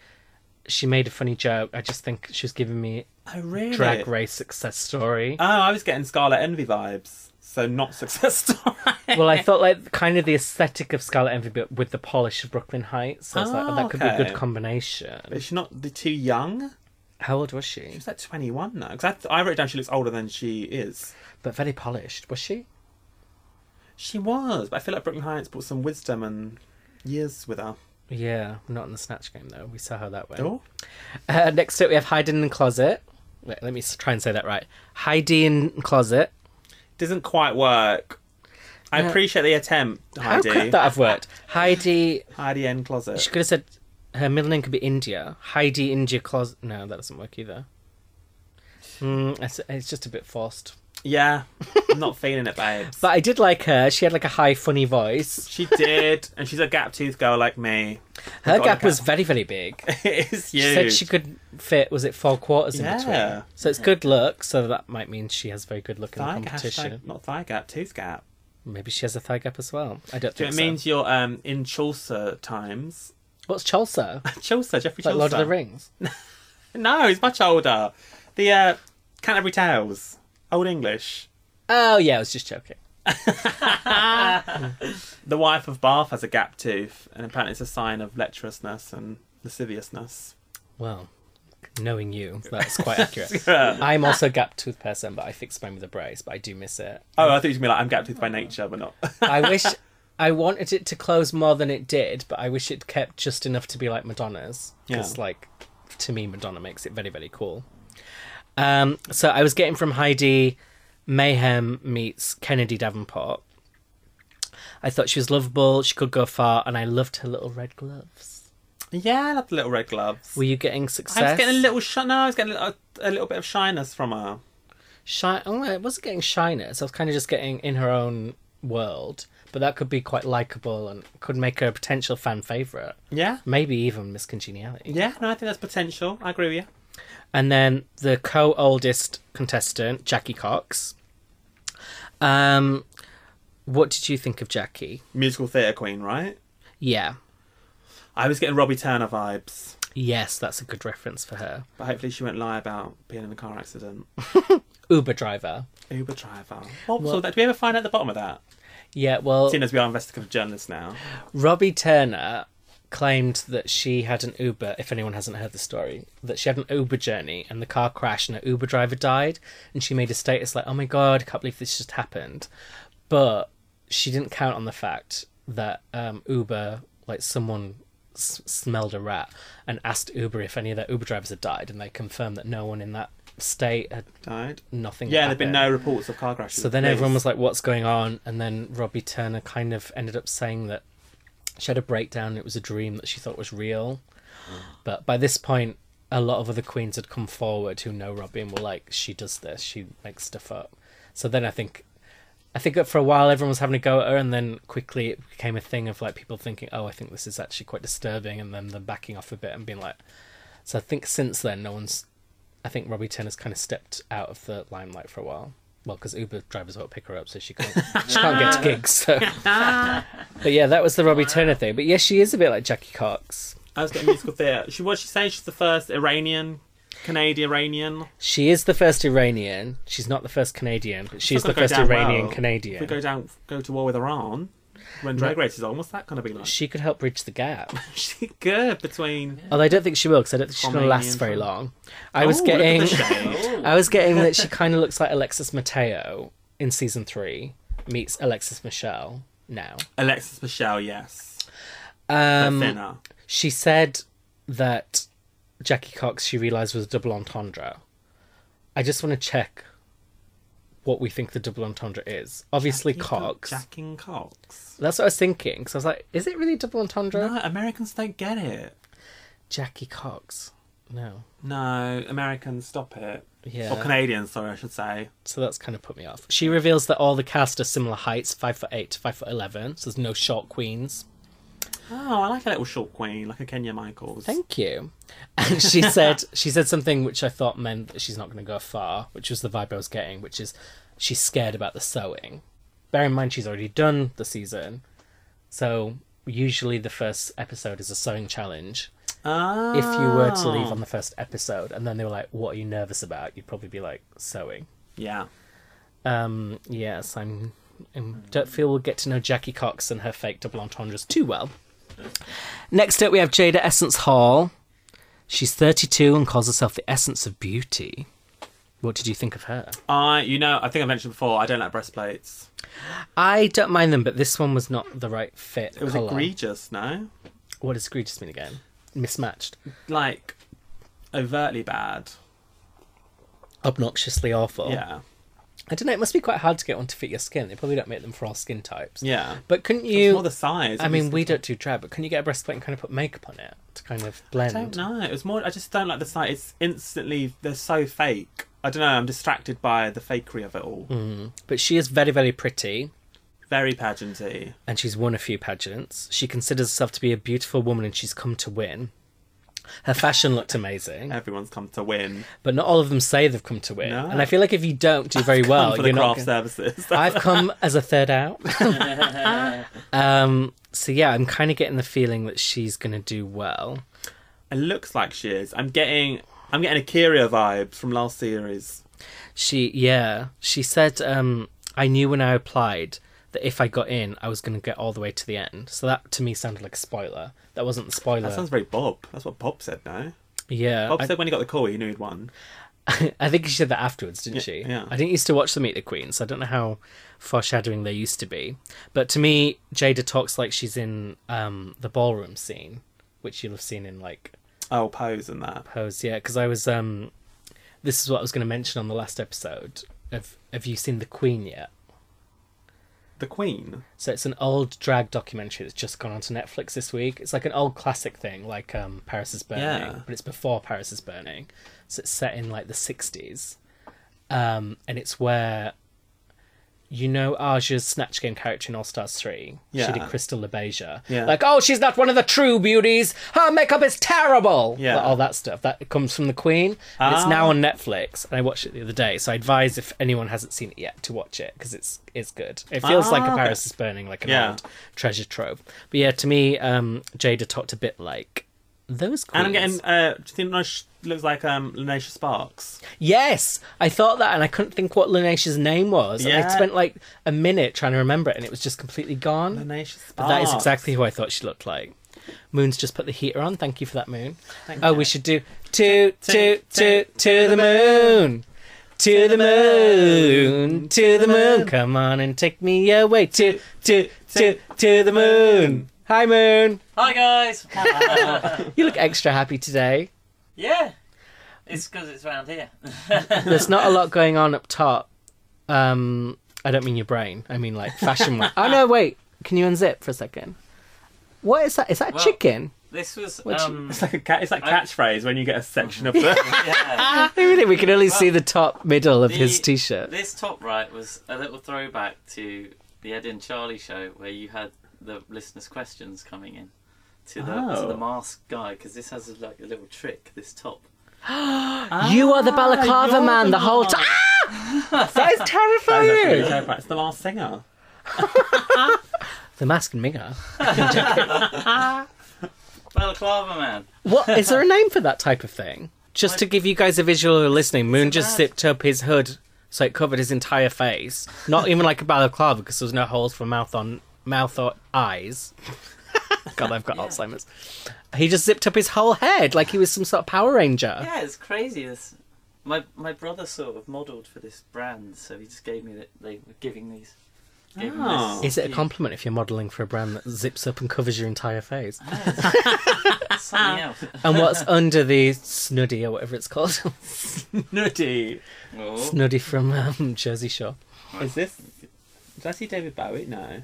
Speaker 4: She made a funny joke. I just think she was giving me
Speaker 3: Oh, really?
Speaker 4: drag race success story.
Speaker 3: Oh, I was getting Scarlet Envy vibes. So not success story.
Speaker 4: well, I thought like kind of the aesthetic of Scarlet Envy, but with the polish of Brooklyn Heights. So I was like, oh,
Speaker 3: Oh,
Speaker 4: that could be a
Speaker 3: okay.
Speaker 4: good combination.
Speaker 3: Is she not the too young?
Speaker 4: How old was she?
Speaker 3: She's like 21 now. Because I, I wrote down she looks older than she is.
Speaker 4: But very polished, was she?
Speaker 3: She was, but I feel like Brooklyn Heights brought some wisdom and years with her.
Speaker 4: Yeah, not in the snatch game though. We saw how that went.
Speaker 3: Oh,
Speaker 4: Uh, next up, we have Hiding in the Closet. Wait, let me s- try and say that right. Heidi in Closet.
Speaker 3: doesn't quite work. I
Speaker 4: No.
Speaker 3: appreciate the attempt,
Speaker 4: How
Speaker 3: Heidi.
Speaker 4: could that have worked? Heidi.
Speaker 3: Heidi N closet.
Speaker 4: She could have said her middle name could be India. Heidi India Closet. No, that doesn't work either. Mm, it's, it's just a bit forced.
Speaker 3: Yeah, I'm not feeling it, babes.
Speaker 4: But I did like her. She had like a high, funny voice.
Speaker 3: She did, and she's a gap tooth girl like me.
Speaker 4: Her
Speaker 3: got
Speaker 4: gap
Speaker 3: the
Speaker 4: was
Speaker 3: gap.
Speaker 4: very, very big.
Speaker 3: it is huge.
Speaker 4: She said she could fit. Was it four quarters in
Speaker 3: Yeah.
Speaker 4: between? So it's good look. So that might mean she has very good look in the
Speaker 3: thigh
Speaker 4: competition.
Speaker 3: hashtag, not thigh gap, tooth gap.
Speaker 4: Maybe she has a thigh gap as well. I don't
Speaker 3: Do
Speaker 4: think
Speaker 3: you know what
Speaker 4: so.
Speaker 3: it means you're um, in Chaucer times?
Speaker 4: What's Chaucer?
Speaker 3: Chaucer, Geoffrey
Speaker 4: Like
Speaker 3: Chaucer.
Speaker 4: Lord of the Rings.
Speaker 3: No, he's much older. The uh, Canterbury Tales, Old English.
Speaker 4: Oh yeah, I was just joking.
Speaker 3: The wife of Bath has a gap tooth, and apparently it's a sign of lecherousness and lasciviousness.
Speaker 4: Well, knowing you, that's quite accurate.
Speaker 3: oh,
Speaker 4: I'm also a gap tooth person, but I fixed mine with a brace, but I do miss it.
Speaker 3: I thought you were gonna be like, I'm gap tooth by nature, but not.
Speaker 4: I wish I wanted it to close more than it did, but I wish it kept just enough to be like Madonna's. Because,
Speaker 3: Yeah.
Speaker 4: like, to me, Madonna makes it very, very cool. Um, so I was getting from Heidi Mayhem meets Kennedy Davenport. I thought she was lovable, she could go far, and I loved her little red gloves.
Speaker 3: yeah, I love the little red gloves.
Speaker 4: Were you getting
Speaker 3: I
Speaker 4: success?
Speaker 3: was getting a little shi- no, I was getting a, a little bit of shyness from her.
Speaker 4: shy. Oh, I wasn't getting shyness. I was kind of just getting in her own world. But that could be quite likable and could make her a potential fan favorite.
Speaker 3: Yeah,
Speaker 4: Maybe even Miss Congeniality.
Speaker 3: yeah. No, I think that's potential. I agree with you.
Speaker 4: And then the co oldest contestant, Jackie Cox. Um, what did you think of Jackie?
Speaker 3: Musical theatre queen, right?
Speaker 4: Yeah.
Speaker 3: I was getting Robbie Turner vibes.
Speaker 4: Yes, that's a good reference for her.
Speaker 3: But hopefully she won't lie about being in a car accident.
Speaker 4: Uber driver.
Speaker 3: Uber driver. What was all that? Did we ever find out the bottom of that?
Speaker 4: Yeah, well,
Speaker 3: Seeing as we are investigative journalists now.
Speaker 4: Robbie Turner claimed that she had an Uber, if anyone hasn't heard the story, that she had an Uber journey and the car crashed and her Uber driver died. And she made a status like, oh my God, I can't believe this just happened. But she didn't count on the fact that um, Uber, like someone s- smelled a rat and asked Uber if any of their Uber drivers had died. And they confirmed that no one in that state had
Speaker 3: Died.
Speaker 4: nothing.
Speaker 3: Yeah,
Speaker 4: had
Speaker 3: there've been
Speaker 4: happened.
Speaker 3: no reports of car crashes.
Speaker 4: So then
Speaker 3: Yes.
Speaker 4: everyone was like, "What's going on?" And then Robbie Turner kind of ended up saying that she had a breakdown. It was a dream that she thought was real, but by this point, a lot of other queens had come forward who know Robbie and were like, "She does this. She makes stuff up." So then I think, I think that for a while everyone was having a go at her, and then quickly it became a thing of like people thinking, "Oh, I think this is actually quite disturbing," and then them backing off a bit and being like. So I think since then, no one's I think Robbie Turner's kind of stepped out of the limelight for a while. Well, because Uber drivers won't pick her up, so she can't she can't get to gigs. So, but yeah, that was the Robbie Turner thing. But yeah, she is a bit like Jackie Cox.
Speaker 3: I was getting musical theatre. She was she saying she's the first Iranian, Canadian Iranian.
Speaker 4: She is the first Iranian. She's not the first Canadian, but she's
Speaker 3: It's
Speaker 4: the
Speaker 3: not gonna
Speaker 4: first
Speaker 3: go down
Speaker 4: Iranian
Speaker 3: well. If we
Speaker 4: Canadian.
Speaker 3: go down, go to war with Iran when Drag Race is on. What's that going to be like?
Speaker 4: She could help bridge the gap.
Speaker 3: She good between.
Speaker 4: Although I don't think she will, because I don't think she's going to
Speaker 3: Romanian
Speaker 4: last very
Speaker 3: from-
Speaker 4: long. I was
Speaker 3: Ooh, look at
Speaker 4: getting,
Speaker 3: the shade.
Speaker 4: I was getting that she kind of looks like Alexis Mateo in season three meets Alexis Michelle now.
Speaker 3: Alexis Michelle, yes.
Speaker 4: Um,
Speaker 3: Thinner.
Speaker 4: She said that Jackie Cox she realised was a double entendre. I just want to check what we think the double entendre is. Obviously, Cox.
Speaker 3: Jacking Cox.
Speaker 4: That's what I was thinking. Because I was like, is it really double entendre?
Speaker 3: No, Americans don't get it.
Speaker 4: Jackie Cox. No.
Speaker 3: No, Americans, stop it.
Speaker 4: Yeah.
Speaker 3: Or Canadians, sorry, I should say.
Speaker 4: So that's kind of put me off. She reveals that all the cast are similar heights, five foot eight to five foot eleven. So there's no short queens.
Speaker 3: Oh, I like a little short queen, like a Kenya Michaels.
Speaker 4: Thank you. And she said she said something which I thought meant that she's not going to go far, which was the vibe I was getting, which is she's scared about the sewing. Bear in mind she's already done the season, so usually the first episode is a sewing challenge.
Speaker 3: Ah.
Speaker 4: If you were to leave on the first episode, and then they were like, "What are you nervous about?" You'd probably be like, "Sewing."
Speaker 3: Yeah.
Speaker 4: Um, yes, I'm. I don't feel we'll get to know Jackie Cox and her fake double entendres too well. Next up, we have Jada Essence Hall. She's 32 and calls herself the Essence of Beauty. What did you think of her?
Speaker 3: I, you know, I think I mentioned before, I don't like breastplates.
Speaker 4: I don't mind them, but this one was not the right fit.
Speaker 3: It was
Speaker 4: colour.
Speaker 3: egregious, no?
Speaker 4: What does egregious mean again? Mismatched.
Speaker 3: Like, overtly bad.
Speaker 4: Obnoxiously awful.
Speaker 3: Yeah.
Speaker 4: I don't know, it must be quite hard to get one to fit your skin. They probably don't make them for all skin types.
Speaker 3: Yeah.
Speaker 4: But couldn't
Speaker 3: It's
Speaker 4: you.
Speaker 3: more the size.
Speaker 4: I
Speaker 3: It
Speaker 4: mean,
Speaker 3: was-
Speaker 4: we don't do drag, but can you get a breastplate and kind of put makeup on it to kind of blend?
Speaker 3: I don't know. It was more. I just don't like the sight. It's instantly. They're so fake. I don't know. I'm distracted by the fakery of it all.
Speaker 4: Mm. But she is very, very pretty,
Speaker 3: Very pageanty.
Speaker 4: and she's won a few pageants. She considers herself to be a beautiful woman, and she's come to win. Her fashion looked amazing,
Speaker 3: Everyone's come to win.
Speaker 4: but not all of them say they've come to win.
Speaker 3: No.
Speaker 4: And I feel like if you don't do very well,
Speaker 3: Come for
Speaker 4: you're
Speaker 3: the
Speaker 4: not.
Speaker 3: craft
Speaker 4: gonna-
Speaker 3: services.
Speaker 4: I've come as a third out. um, so yeah, I'm kind of getting the feeling that she's going to do well.
Speaker 3: it looks like she is. I'm getting. I'm getting Akira vibes from last series.
Speaker 4: She, yeah, she said, um, I knew when I applied that if I got in, I was going to get all the way to the end. So that to me sounded like a spoiler. That wasn't the spoiler.
Speaker 3: That sounds very Bob. That's what Bob said. No.
Speaker 4: yeah,
Speaker 3: Bob
Speaker 4: I-
Speaker 3: said when he got the call, he knew he'd won.
Speaker 4: I think she said that afterwards, didn't
Speaker 3: Yeah,
Speaker 4: she?
Speaker 3: yeah.
Speaker 4: I didn't used to watch the Meet the Queens. so I don't know how foreshadowing there used to be. But to me, Jada talks like she's in um, the ballroom scene, which you'll have seen in like
Speaker 3: Oh, pose and that.
Speaker 4: Pose. Yeah, because I was. Um, this is what I was going to mention on the last episode. Of Have you seen The Queen yet?
Speaker 3: The Queen.
Speaker 4: So it's an old drag documentary that's just gone onto Netflix this week. It's like an old classic thing, like um, Paris is Burning,
Speaker 3: Yeah.
Speaker 4: but it's before Paris is Burning. So it's set in like the sixties, um, and it's where you know Aja's Snatch Game character in All Stars Three. She
Speaker 3: Yeah.
Speaker 4: did Crystal LaBeija.
Speaker 3: Yeah.
Speaker 4: Like, oh, she's not one of the true beauties. Her makeup is terrible.
Speaker 3: Yeah. Ah.
Speaker 4: Like, all that stuff that comes from the Queen. And It's now on Netflix, and I watched it the other day. So I advise if anyone hasn't seen it yet to watch it because it's it's good. It feels like a
Speaker 3: Ah, okay.
Speaker 4: Paris is burning, like an
Speaker 3: Yeah.
Speaker 4: old treasure trove. But yeah, to me, um, Jada talked a bit like those queens.
Speaker 3: And I'm getting. Uh, do you think Lina Sh- looks like um, Linacia Sparks?
Speaker 4: Yes, I thought that, and I couldn't think what Linnaeus's name was. And
Speaker 3: Yeah.
Speaker 4: I spent like a minute trying to remember it, and it was just completely gone.
Speaker 3: Linacia Sparks.
Speaker 4: But that is exactly who I thought she looked like. Moon's just put the heater on. Thank you for that, Moon. oh, we should do toot toot toot to the moon. To the moon, to the moon, come on and take me away. To, to, to, to the moon. Hi, moon.
Speaker 5: Hi guys.
Speaker 4: You look extra happy today.
Speaker 5: yeah, it's because it's round here.
Speaker 4: There's not a lot going on up top. Um, I don't mean your brain. I mean like fashion. wise. oh no, wait. Can you unzip for a second? What is that? Is that a
Speaker 5: Well-
Speaker 4: chicken?
Speaker 5: This was
Speaker 4: What you-
Speaker 5: um,
Speaker 3: It's like a cat. It's like
Speaker 5: I-
Speaker 3: catchphrase when you get a section of the.
Speaker 5: yeah.
Speaker 4: I really, we can only see the top middle of
Speaker 5: the-
Speaker 4: his t-shirt.
Speaker 5: This top right was a little throwback to the Ed and Charlie show where you had the listeners' questions coming in to the to
Speaker 3: Oh.
Speaker 5: the mask guy because this has like a little trick. This top.
Speaker 4: you are the balaclava
Speaker 3: you're
Speaker 4: man the whole time. that is
Speaker 3: That's
Speaker 4: terrifying.
Speaker 3: actually really terrifying. It's the last singer.
Speaker 4: the mask and minger.
Speaker 5: Balaclava man.
Speaker 4: What is there a name for that type of thing? Just to give you guys a visual who are listening, Moon just
Speaker 5: mad?
Speaker 4: zipped up his hood so it covered his entire face. Not even like a balaclava because there was no holes for mouth on mouth or eyes. God, I've got Alzheimer's. He just zipped up his whole head like he was some sort of Power Ranger.
Speaker 5: Yeah, it's crazy. This my my brother sort of modelled for this brand, so he just gave me that they were giving these. Gave him
Speaker 3: Oh.
Speaker 5: this
Speaker 4: Is it a
Speaker 5: huge-
Speaker 4: compliment if you're modelling for a brand that zips up and covers your entire face?
Speaker 5: Something else.
Speaker 4: And what's under the snuddy or whatever it's called?
Speaker 3: Nutty.
Speaker 5: Oh.
Speaker 4: snuddy from um, Jersey Shore.
Speaker 3: Is this? Did I see David Bowie? No.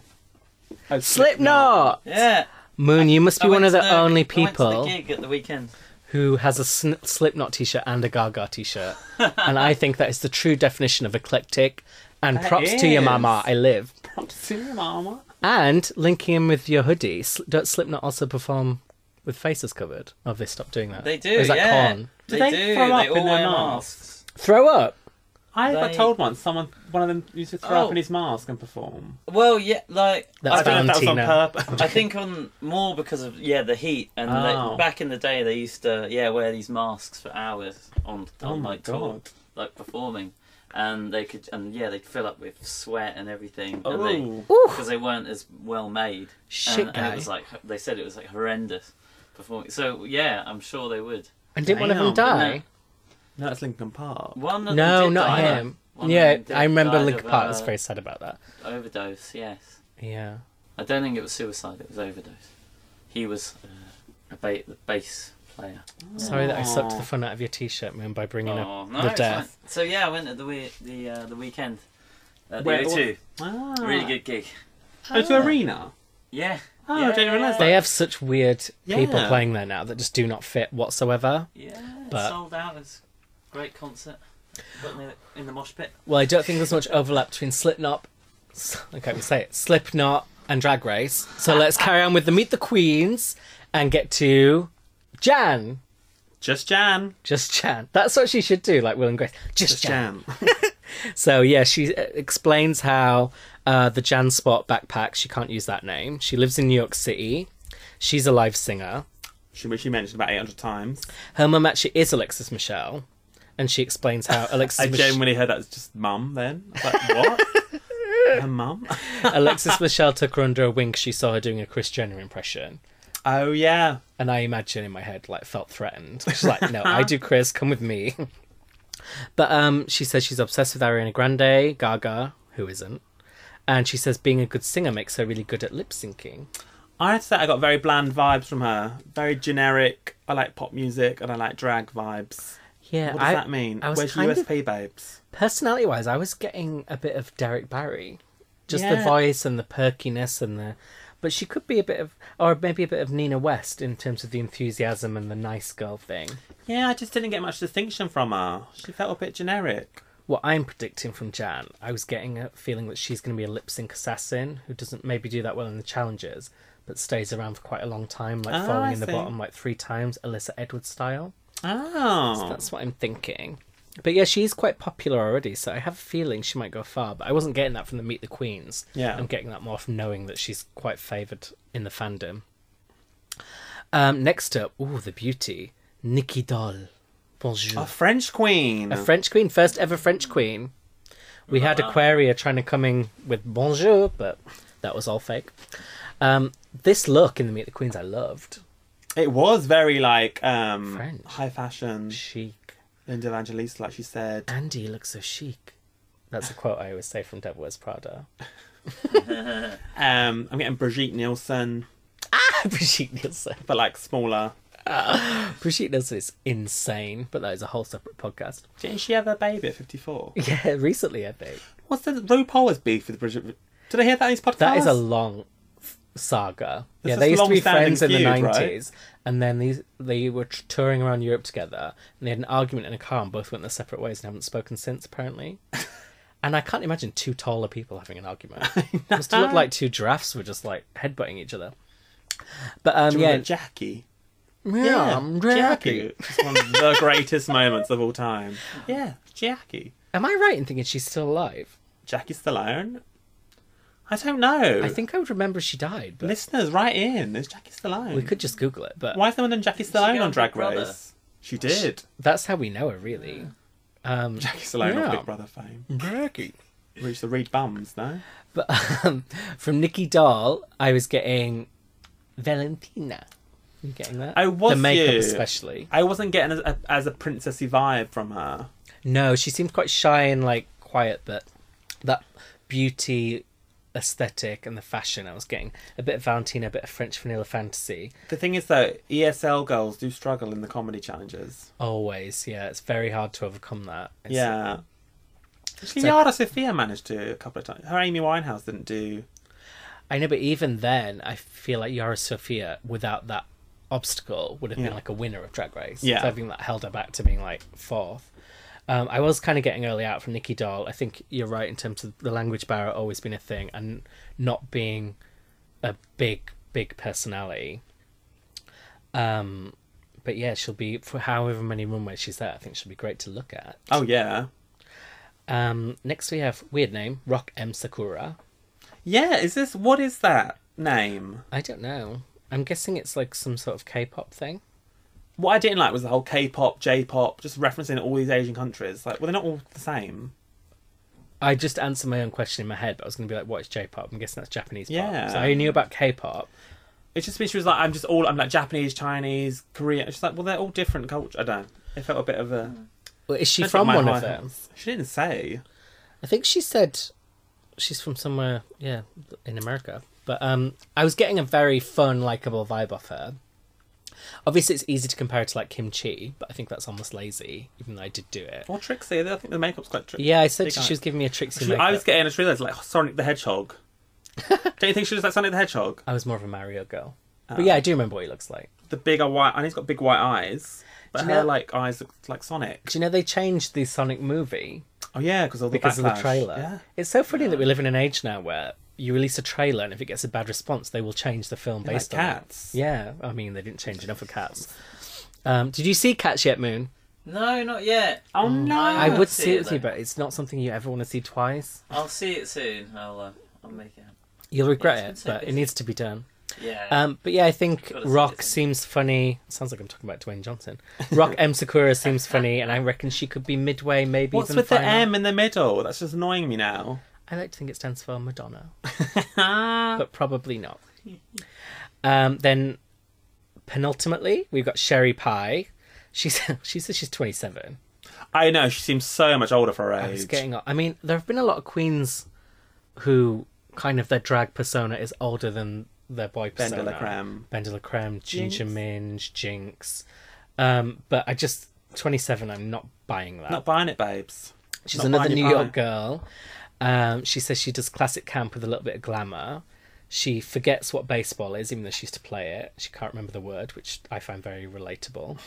Speaker 3: Oh,
Speaker 4: Slipknot!
Speaker 5: Yeah.
Speaker 4: Moon, you must be
Speaker 5: I
Speaker 4: one
Speaker 5: went
Speaker 4: of the
Speaker 5: to I
Speaker 4: only
Speaker 5: went to the
Speaker 4: people
Speaker 5: gig at the weekend.
Speaker 4: who has a sn- Slipknot t-shirt and a Gaga t-shirt. and I think that is the true definition of eclectic. And
Speaker 3: That
Speaker 4: props to your
Speaker 3: is.
Speaker 4: mama, I live.
Speaker 3: Slipknot. Sue Mama.
Speaker 4: And linking in with your hoodie, sl- don't Slipknot also perform with faces covered? Oh, have they stopped doing that?
Speaker 5: They do.
Speaker 4: Or is that
Speaker 5: yeah.
Speaker 4: corn?
Speaker 5: They,
Speaker 3: they
Speaker 5: do.
Speaker 3: throw up
Speaker 5: They
Speaker 3: in their
Speaker 5: all wear
Speaker 3: masks?
Speaker 5: masks.
Speaker 4: Throw up.
Speaker 3: I got
Speaker 5: They-
Speaker 3: told once someone one of them used to throw
Speaker 5: Oh.
Speaker 3: up in his mask and perform.
Speaker 5: Well, yeah, like
Speaker 4: That's
Speaker 5: I, think,
Speaker 4: Valentina.
Speaker 3: purpose.
Speaker 5: I think on more because of yeah the heat and
Speaker 3: Oh.
Speaker 5: they, back in the day they used to yeah wear these masks for hours on on
Speaker 3: Oh my
Speaker 5: like tour,
Speaker 3: God.
Speaker 5: like performing, and they could and yeah they'd fill up with sweat and everything. and they,
Speaker 3: Oh.
Speaker 5: because they weren't as well made.
Speaker 4: Shit,
Speaker 5: and, and
Speaker 4: guy.
Speaker 5: it was like they said it was like horrendous performing. So yeah, I'm sure they would.
Speaker 4: And didn't one of them
Speaker 3: Damn.
Speaker 4: die?
Speaker 3: No, it's Lincoln Park.
Speaker 5: One of them
Speaker 4: No,
Speaker 5: did
Speaker 4: not
Speaker 5: die.
Speaker 4: him.
Speaker 5: One of
Speaker 4: yeah,
Speaker 5: them did
Speaker 4: I remember
Speaker 5: die
Speaker 4: Linkin
Speaker 5: of,
Speaker 4: Park was
Speaker 5: uh,
Speaker 4: very sad about that.
Speaker 5: overdose. Yes,
Speaker 4: Yeah.
Speaker 5: I don't think it was suicide. It was overdose. He was uh, a ba- the bass player.
Speaker 4: Sorry that I sucked
Speaker 3: Aw.
Speaker 4: the fun out of your t-shirt, man, by bringing
Speaker 5: Oh,
Speaker 4: up
Speaker 5: no,
Speaker 4: the
Speaker 5: it's
Speaker 4: death.
Speaker 5: fine. So yeah, I went at the we- the uh, the weekend at the
Speaker 3: Where-
Speaker 5: O2.
Speaker 3: Ah.
Speaker 5: Really good gig.
Speaker 3: Oh, to arena.
Speaker 5: Yeah.
Speaker 3: Oh,
Speaker 5: yeah,
Speaker 3: I didn't realise
Speaker 4: They have such weird people
Speaker 3: Yeah.
Speaker 4: playing there now that just do not fit whatsoever.
Speaker 5: Yeah, it
Speaker 4: But-
Speaker 5: sold out. It was a great concert. Got in the, in the mosh pit.
Speaker 4: Well, I don't think there's much overlap between Slipknot. s- I can't even say it. Slipknot and Drag Race. So let's carry on with the Meet the Queens and get to Jan.
Speaker 3: Just Jan.
Speaker 4: Just Jan. That's what she should do, like Will and Grace. Just,
Speaker 3: Just
Speaker 4: Jan.
Speaker 3: Jan.
Speaker 4: So yeah, she uh, explains how uh, the Janspot backpack. She can't use that name. She lives in New York City. She's a live singer.
Speaker 3: she, which she mentioned about 800 times.
Speaker 4: Her mum actually is Alexis Michelle, and she explains how Alexis
Speaker 3: I
Speaker 4: Mich-
Speaker 3: genuinely heard that was just mum then. I was like, what? Her mum?
Speaker 4: Alexis Michelle took her under her wing. 'cause She saw her doing a Chris Jenner impression,
Speaker 3: Oh, yeah.
Speaker 4: and I imagine in my head like felt threatened. She's like, "No, I do Chris. Come with me." But um, she says she's obsessed with Ariana Grande, Gaga, who isn't, and she says being a good singer makes her really good at lip syncing.
Speaker 3: I have to say, I got very bland vibes from her. Very generic. I like pop music and I like drag vibes.
Speaker 4: Yeah,
Speaker 3: What does that mean?
Speaker 4: I was
Speaker 3: Where's your
Speaker 4: kind of-
Speaker 3: USP, babes?
Speaker 4: personality wise, I was getting a bit of Derek Barry, just the
Speaker 3: Yeah.
Speaker 4: voice and the perkiness and the. But she could be a bit of, or maybe a bit of Nina West in terms of the enthusiasm and the nice girl thing.
Speaker 3: Yeah, I just didn't get much distinction from her. She felt a bit generic.
Speaker 4: What I'm predicting from Jan, I was getting a feeling that she's going to be a lip sync assassin who doesn't maybe do that well in the challenges, but stays around for quite a long time, like
Speaker 3: Ah,
Speaker 4: falling
Speaker 3: I
Speaker 4: in the
Speaker 3: see.
Speaker 4: bottom like three times, Alyssa Edwards style.
Speaker 3: Oh.
Speaker 4: That's what I'm thinking. But yeah, she's quite popular already, so I have a feeling she might go far. But I wasn't getting that from the Meet the Queens.
Speaker 3: Yeah.
Speaker 4: I'm getting that more from knowing that she's quite favoured in the fandom. Um, next up, ooh, the beauty, Nikki Doll. Bonjour.
Speaker 3: A French queen.
Speaker 4: A French queen, first ever French queen. We had Aquaria trying to come in with bonjour, but that was all fake. Um, this look in the Meet the Queens I loved.
Speaker 3: it was very like um
Speaker 4: French.
Speaker 3: high fashion.
Speaker 4: Chic.
Speaker 3: Linda Evangelista, like she said.
Speaker 4: Andy you look so chic. That's a quote I always say from Devil Wears Prada.
Speaker 3: Um, I'm getting Brigitte Nielsen,
Speaker 4: Ah, Brigitte Nielsen.
Speaker 3: but like smaller.
Speaker 4: Brigitte Nielsen is insane, but that is a whole separate podcast.
Speaker 3: Didn't she have a baby at 54?
Speaker 4: Yeah, recently I think.
Speaker 3: What's the RuPaul has beef with Brigitte? Did I hear that in his podcast?
Speaker 4: That is a long f- saga.
Speaker 3: This
Speaker 4: yeah,
Speaker 3: is
Speaker 4: they used to be
Speaker 3: long-standing
Speaker 4: friends in the
Speaker 3: feud, right?
Speaker 4: nineties, and then these they were t- touring around Europe together, and they had an argument in a car, and both went their separate ways and haven't spoken since apparently. and I can't imagine two taller people having an argument. It must look like two giraffes were just like headbutting each other. But um,
Speaker 3: Do you remember
Speaker 4: yeah,
Speaker 3: Jackie.
Speaker 4: yeah, I'm Jackie.
Speaker 3: It's one of the greatest moments of all time. Yeah, Jackie.
Speaker 4: Am I right in thinking she's still alive?
Speaker 3: Jackie Stallone? I don't know.
Speaker 4: I think I would remember she died, but
Speaker 3: Listeners, write in. Is Jackie Stallone?
Speaker 4: we could just Google it. But
Speaker 3: Why has no one done Jackie Stallone
Speaker 5: go
Speaker 3: on
Speaker 5: on
Speaker 3: Drag
Speaker 5: Big Brother?
Speaker 3: Race? She did.
Speaker 4: that's how we know her, really. Um,
Speaker 3: Jackie Stallone on
Speaker 4: Yeah.
Speaker 3: Big Brother fame. Reached the Reed Bums, no?
Speaker 4: But um, from Nikki Doll, I was getting Valentina. You getting that?
Speaker 3: I
Speaker 4: the
Speaker 3: was
Speaker 4: makeup
Speaker 3: you.
Speaker 4: especially.
Speaker 3: I wasn't getting as a, as a princessy vibe from her.
Speaker 4: No, she seemed quite shy and like quiet, but that beauty aesthetic and the fashion, I was getting a bit of Valentina, a bit of French vanilla fantasy.
Speaker 3: The thing is, though, ESL girls do struggle in the comedy challenges.
Speaker 4: Always, yeah. It's very hard to overcome that. It's-
Speaker 3: Yeah. Actually,
Speaker 4: So-
Speaker 3: Yara Sophia managed to a couple of times. Her Amy Winehouse didn't do.
Speaker 4: I know, but even then, I feel like Yara Sophia, without that obstacle, would have
Speaker 3: Yeah.
Speaker 4: been like a winner of Drag Race.
Speaker 3: Yeah.
Speaker 4: So I think that held her back to being like fourth. Um, I was kind of getting early out from Nikki Doll. I think you're right in terms of the language barrier always been a thing and not being a big, big personality. Um, but yeah, she'll be, for however many runways she's there, I think she'll be great to look at.
Speaker 3: Oh, yeah.
Speaker 4: Um, next, we have, weird name, Rock M. Sakura.
Speaker 3: Yeah, is this. What is that name?
Speaker 4: I don't know. I'm guessing it's like some sort of K-pop thing.
Speaker 3: What I didn't like was the whole K pop, J pop, just referencing all these Asian countries. Like, well, they're not all the same.
Speaker 4: I just answered my own question in my head, but I was going to be like, "What is J-pop?" I'm guessing that's Japanese
Speaker 3: Yeah.
Speaker 4: pop. So I knew about K-pop.
Speaker 3: It's just been she was like, I'm just all, I'm like Japanese, Chinese, Korean. She's like, well, they're all different culture. I don't. know. It felt a bit of a.
Speaker 4: Well, is she
Speaker 3: That's
Speaker 4: from
Speaker 3: not my
Speaker 4: one
Speaker 3: high
Speaker 4: of them?
Speaker 3: hopes. She didn't say.
Speaker 4: I think she said she's from somewhere, yeah, in America. But um, I was getting a very fun, likable vibe off her. Obviously, it's easy to compare it to like Kim Chi, but I think that's almost lazy, even though I did do it.
Speaker 3: Or Trixie. I think the makeup's quite tricky.
Speaker 4: Yeah, I said
Speaker 3: Big
Speaker 4: she,
Speaker 3: eye.
Speaker 4: she was giving me a tricksy
Speaker 3: She-
Speaker 4: makeup.
Speaker 3: I was getting, I just realised, like, Sonic the Hedgehog. Don't you think she was like Sonic the Hedgehog?
Speaker 4: I was more of a Mario girl.
Speaker 3: Oh.
Speaker 4: But yeah, I do remember what he looks like.
Speaker 3: The bigger white, I know he's got big white eyes, but
Speaker 4: Do you
Speaker 3: her,
Speaker 4: know-
Speaker 3: like, eyes look like Sonic.
Speaker 4: Do you know they changed the Sonic movie
Speaker 3: Oh, yeah, because all the
Speaker 4: because of
Speaker 3: backlash.
Speaker 4: the trailer.
Speaker 3: Yeah.
Speaker 4: It's so funny that we live in an age now where you release a trailer and if it gets a bad response, they will change the film
Speaker 3: Like
Speaker 4: based on it.
Speaker 3: cats.
Speaker 4: Yeah, I mean they didn't change enough for cats. Um, did you see Cats yet, Moon?
Speaker 5: No, not yet.
Speaker 3: Oh, no.
Speaker 4: I
Speaker 5: haven't
Speaker 4: would
Speaker 5: seen
Speaker 4: see
Speaker 5: it,
Speaker 4: it with you,
Speaker 5: though.
Speaker 4: but it's not something you ever want to see twice.
Speaker 5: I'll see it soon. I'll uh, I'll make it. happen.
Speaker 4: You'll regret
Speaker 5: Yeah,
Speaker 4: it,
Speaker 5: it's been so
Speaker 4: but it
Speaker 5: busy.
Speaker 4: needs to be done.
Speaker 5: Yeah.
Speaker 4: Um, but yeah, I think
Speaker 5: Gotta see
Speaker 4: Rock
Speaker 5: this in.
Speaker 4: seems funny. Sounds like I'm talking about Dwayne Johnson. Rock M Sakura seems funny, and I reckon she could be midway, maybe
Speaker 3: What's
Speaker 4: even
Speaker 3: with the
Speaker 4: final.
Speaker 3: M in the middle? That's just annoying me now.
Speaker 4: I like to think it stands for Madonna, but probably not. Um, then, penultimately, we've got Sherry Pie. She's she says she's 27.
Speaker 3: I know she seems so much older for her
Speaker 4: I was
Speaker 3: age.
Speaker 4: getting. I mean, there have been a lot of queens who kind of their drag persona is older than their boy
Speaker 3: Ben
Speaker 4: persona.
Speaker 3: de la Creme.
Speaker 4: Ben de la Creme, Ginger
Speaker 3: Jinx.
Speaker 4: Minge, Jinx. Um, but I just 27. I'm not buying that.
Speaker 3: Not buying it, babes.
Speaker 4: She's
Speaker 3: Not
Speaker 4: another
Speaker 3: buying
Speaker 4: New
Speaker 3: it,
Speaker 4: York girl. Um, she says she does classic camp with a little bit of glamour. She forgets what baseball is, even though she used to play it. She can't remember the word, which I find very relatable.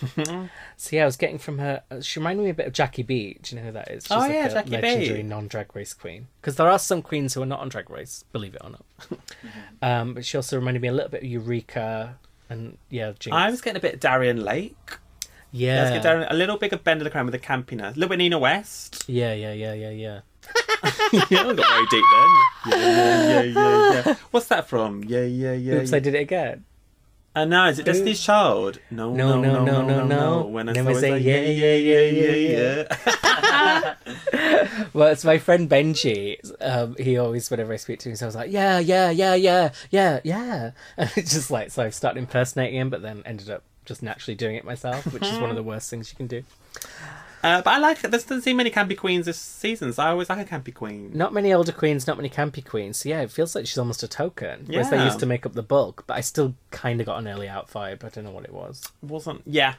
Speaker 4: so yeah, I was getting from her. uh, She reminded me a bit of Jackie B. Do you know who that is? She's
Speaker 3: Oh, yeah, Jackie B.
Speaker 4: legendary non-drag race queen. Because there are some queens who are not on drag race, believe it or not. um, but she also reminded me a little bit of Eureka and yeah, Jinx.
Speaker 3: I was getting a bit of Darian Lake.
Speaker 4: yeah,
Speaker 3: Let's get Darian, a little bit of Ben de la Creme with the campiness. A little bit Nina West.
Speaker 4: yeah, yeah, yeah, yeah, yeah.
Speaker 3: yeah, we got very deep then. Yeah, yeah, yeah, yeah, yeah. What's that from? Yeah, yeah, yeah.
Speaker 4: Oops,
Speaker 3: yeah.
Speaker 4: I did it again.
Speaker 3: Uh, And now is it Destiny's Child? No,
Speaker 4: No,
Speaker 3: no,
Speaker 4: no,
Speaker 3: no,
Speaker 4: no, no, no.
Speaker 3: When I
Speaker 4: Then
Speaker 3: saw
Speaker 4: we
Speaker 3: it,
Speaker 4: say,
Speaker 3: like,
Speaker 4: yeah,
Speaker 3: yeah, yeah, yeah,
Speaker 4: yeah,
Speaker 3: yeah, yeah.
Speaker 4: Well, it's my friend Benji. Um, he always, whenever I speak to him, he's always like, yeah, yeah, yeah, yeah, yeah, yeah. And it's just like, so I've started impersonating him, but then ended up just naturally doing it myself, which is one of the worst things you can do.
Speaker 3: Uh, but I like it. There doesn't seem many campy queens this season, so I always like a campy queen.
Speaker 4: Not many older queens, not many campy queens. So yeah, it feels like she's almost a token. Whereas they
Speaker 3: Yeah.
Speaker 4: used to make up the bulk, but I still kind of got an early out vibe. I don't know what it was.
Speaker 3: Wasn't. Yeah.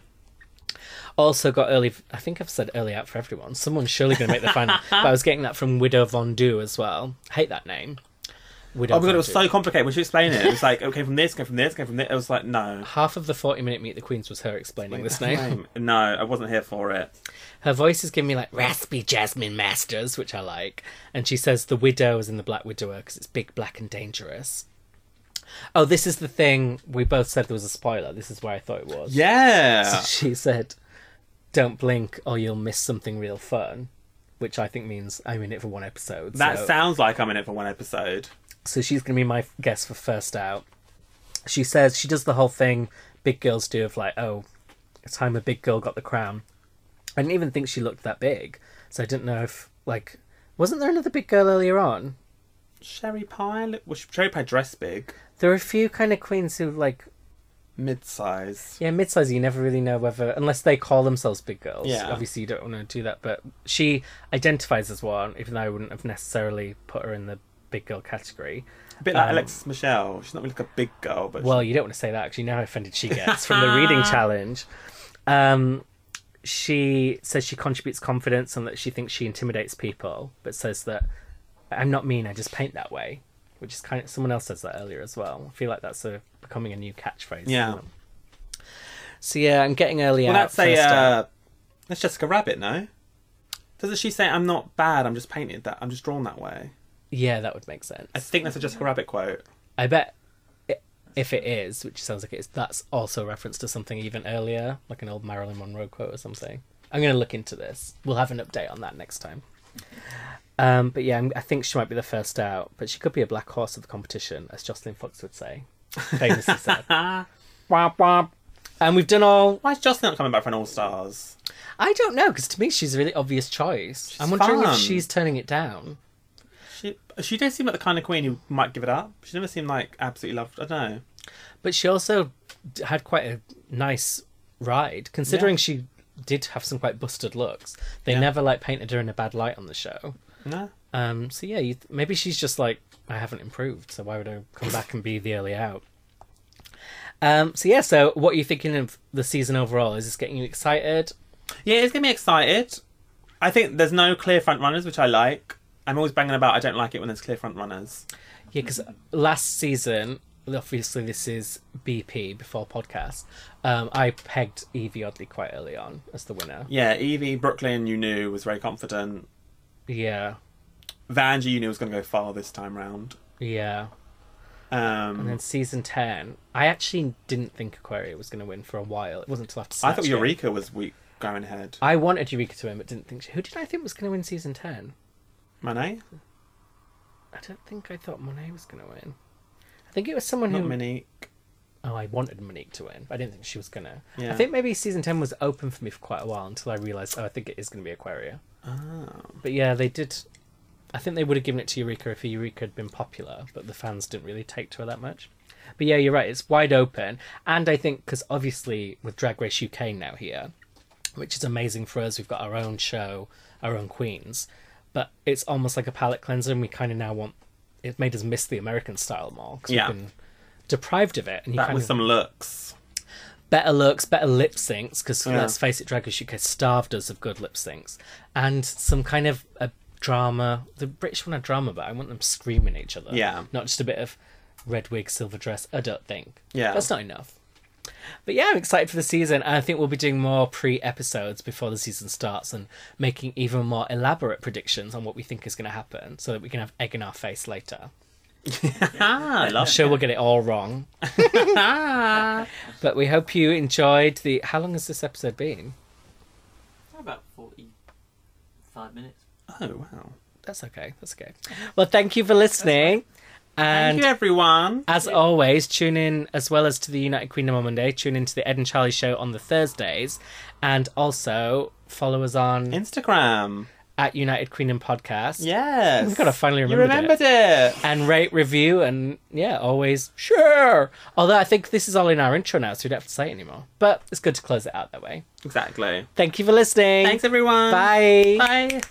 Speaker 4: also got early. I think I've said early out for everyone. Someone's surely going to make the final. but I was getting that from Widow Von Du as well. Hate that name. Widow
Speaker 3: Oh my god,
Speaker 4: Von
Speaker 3: it was
Speaker 4: Du.
Speaker 3: so complicated when she explained it. It was like, okay, from this, go from this, go from this. It was like, no.
Speaker 4: Half of the 40 minute Meet the Queens was her explaining this name.
Speaker 3: Name. No, I wasn't here for it.
Speaker 4: Her voice is giving me like raspy Jasmine Masters, which I like. And she says the widow is in the Black Widower because it's big, black, and dangerous. Oh, this is the thing we both said there was a spoiler. This is where I thought it was.
Speaker 3: Yeah.
Speaker 4: She said, Don't blink or you'll miss something real fun. Which I think means I'm in it for one episode.
Speaker 3: That
Speaker 4: so-
Speaker 3: sounds like I'm in it for one episode.
Speaker 4: So she's going to be my guest for first out. She says she does the whole thing big girls do of like, oh, it's time a big girl got the crown. I didn't even think she looked that big. So I didn't know if, like, wasn't there another big girl earlier on?
Speaker 3: Sherry Pie? look- Well, Sherry Pie dressed big.
Speaker 4: There are a few kind of queens who, like,
Speaker 3: Mid size.
Speaker 4: yeah, mid size, you never really know whether, unless they call themselves big girls.
Speaker 3: Yeah.
Speaker 4: Obviously, you don't want to do that. But she identifies as one, even though I wouldn't have necessarily put her in the big girl category.
Speaker 3: A bit like Alexis Michelle. She's not really like a big girl, but
Speaker 4: Um, Well, you don't want to say that actually. Now how offended she gets from the reading challenge. Um, she says she contributes confidence and that she thinks she intimidates people, but says that I'm not mean. I just paint that way, which is kind of someone else says that earlier as well. I feel like that's a, becoming a new catchphrase.
Speaker 3: Yeah.
Speaker 4: for them. So yeah, I'm getting early
Speaker 3: Well,
Speaker 4: out.
Speaker 3: that's a
Speaker 4: first out.
Speaker 3: uh, that's Jessica Rabbit, no? Doesn't she say I'm not bad? I'm just painted that. I'm just drawn that way.
Speaker 4: yeah, that would make sense.
Speaker 3: I think that's a Jessica Rabbit quote.
Speaker 4: I bet i- if it is, which sounds like it is, that's also a reference to something even earlier, like an old Marilyn Monroe quote or something. I'm going to look into this. We'll have an update on that next time. Um, but yeah, I'm, I think she might be the first out, but she could be a black horse of the competition, as Jocelyn Fox would say. Famously said. Womp womp. And we've done all.
Speaker 3: Why is Jocelyn not coming back for an All Stars?
Speaker 4: I don't know, because to me she's a really obvious choice. I'm wondering if
Speaker 3: fun.
Speaker 4: she's turning it down.
Speaker 3: She she does seem like the kind of queen who might give it up. She never seemed like absolutely loved. I don't know.
Speaker 4: But she also d- had quite a nice ride, considering she did have some quite busted looks. They never like painted her in a bad light on the show.
Speaker 3: No.
Speaker 4: Um, so yeah, you th- maybe she's just like I haven't improved, so why would I come back and be the early out? Um, so yeah, so what are you thinking of the season overall? Is this getting you excited?
Speaker 3: Yeah, it's gonna be excited. I think there's no clear front runners, which I like. I'm always banging about. I don't like it when there's clear front runners.
Speaker 4: Yeah, because last season, obviously this is BP before podcast. Um, I pegged Evie Oddly quite early on as the winner.
Speaker 3: Yeah, Evie Brooklyn, you knew was very confident.
Speaker 4: Yeah,
Speaker 3: Vanjie, you knew was gonna go far this time round.
Speaker 4: yeah.
Speaker 3: Um,
Speaker 4: And season 10, I actually didn't think Aquaria was going to win for a while. It wasn't until after
Speaker 3: I thought
Speaker 4: Snatch Game.
Speaker 3: Eureka was weak going ahead.
Speaker 4: I wanted Eureka to win, but didn't think. She... Who did I think was going to win season 10?
Speaker 3: Monet?
Speaker 4: I don't think I thought Monet was going to win. I think it was someone
Speaker 3: Not
Speaker 4: who.
Speaker 3: Monique.
Speaker 4: Oh, I wanted Monique to win. but I didn't think she was going to. I
Speaker 3: Yeah.
Speaker 4: think maybe season 10 was open for me for quite a while until I realised, oh, I think it is going to be Aquaria.
Speaker 3: Ah,
Speaker 4: But yeah, they did. I think they would have given it to Eureka if Eureka had been popular, but the fans didn't really take to her that much. But yeah, you're right. It's wide open, and I think because obviously with Drag Race UK now here, which is amazing for us, we've got our own show, our own queens, but it's almost like a palate cleanser, and we kind of now want. It made us miss the American style more because
Speaker 3: Yeah.
Speaker 4: we've been deprived of it, and you
Speaker 3: That
Speaker 4: kind
Speaker 3: was
Speaker 4: of
Speaker 3: some looks.
Speaker 4: better looks, better lip syncs, because
Speaker 3: Yeah.
Speaker 4: let's face it, Drag Race UK starved us of good lip syncs, and some kind of a drama. The British want a drama, but I want them screaming at each other.
Speaker 3: Yeah.
Speaker 4: Not just a bit of red wig, silver dress, I don't think.
Speaker 3: Yeah.
Speaker 4: That's not enough. But yeah, I'm excited for the season, and I think we'll be doing more pre episodes before the season starts and making even more elaborate predictions on what we think is going to happen so that we can have egg in our face later.
Speaker 3: Ah, I
Speaker 4: I'm
Speaker 3: love
Speaker 4: sure we'll get it all wrong. but we hope you enjoyed the. How long has this episode been?
Speaker 5: About 45 minutes.
Speaker 3: Oh, wow.
Speaker 4: That's okay. That's okay. Well, thank you for listening. And
Speaker 3: Thank you, everyone.
Speaker 4: As always, tune in as well as to the United Kingdom on Monday. Tune in to the Ed and Charlie show on the Thursdays, and also follow us on
Speaker 3: Instagram.
Speaker 4: at United Queendom Podcast.
Speaker 3: Yes.
Speaker 4: We've gotta finally
Speaker 3: You
Speaker 4: remembered
Speaker 3: remembered it.
Speaker 4: And rate, review, and yeah, always sure. Although I think this is all in our intro now, so we don't have to say it anymore. But it's good to close it out that way.
Speaker 3: Exactly.
Speaker 4: Thank you for listening.
Speaker 3: Thanks, everyone.
Speaker 4: Bye.
Speaker 3: Bye.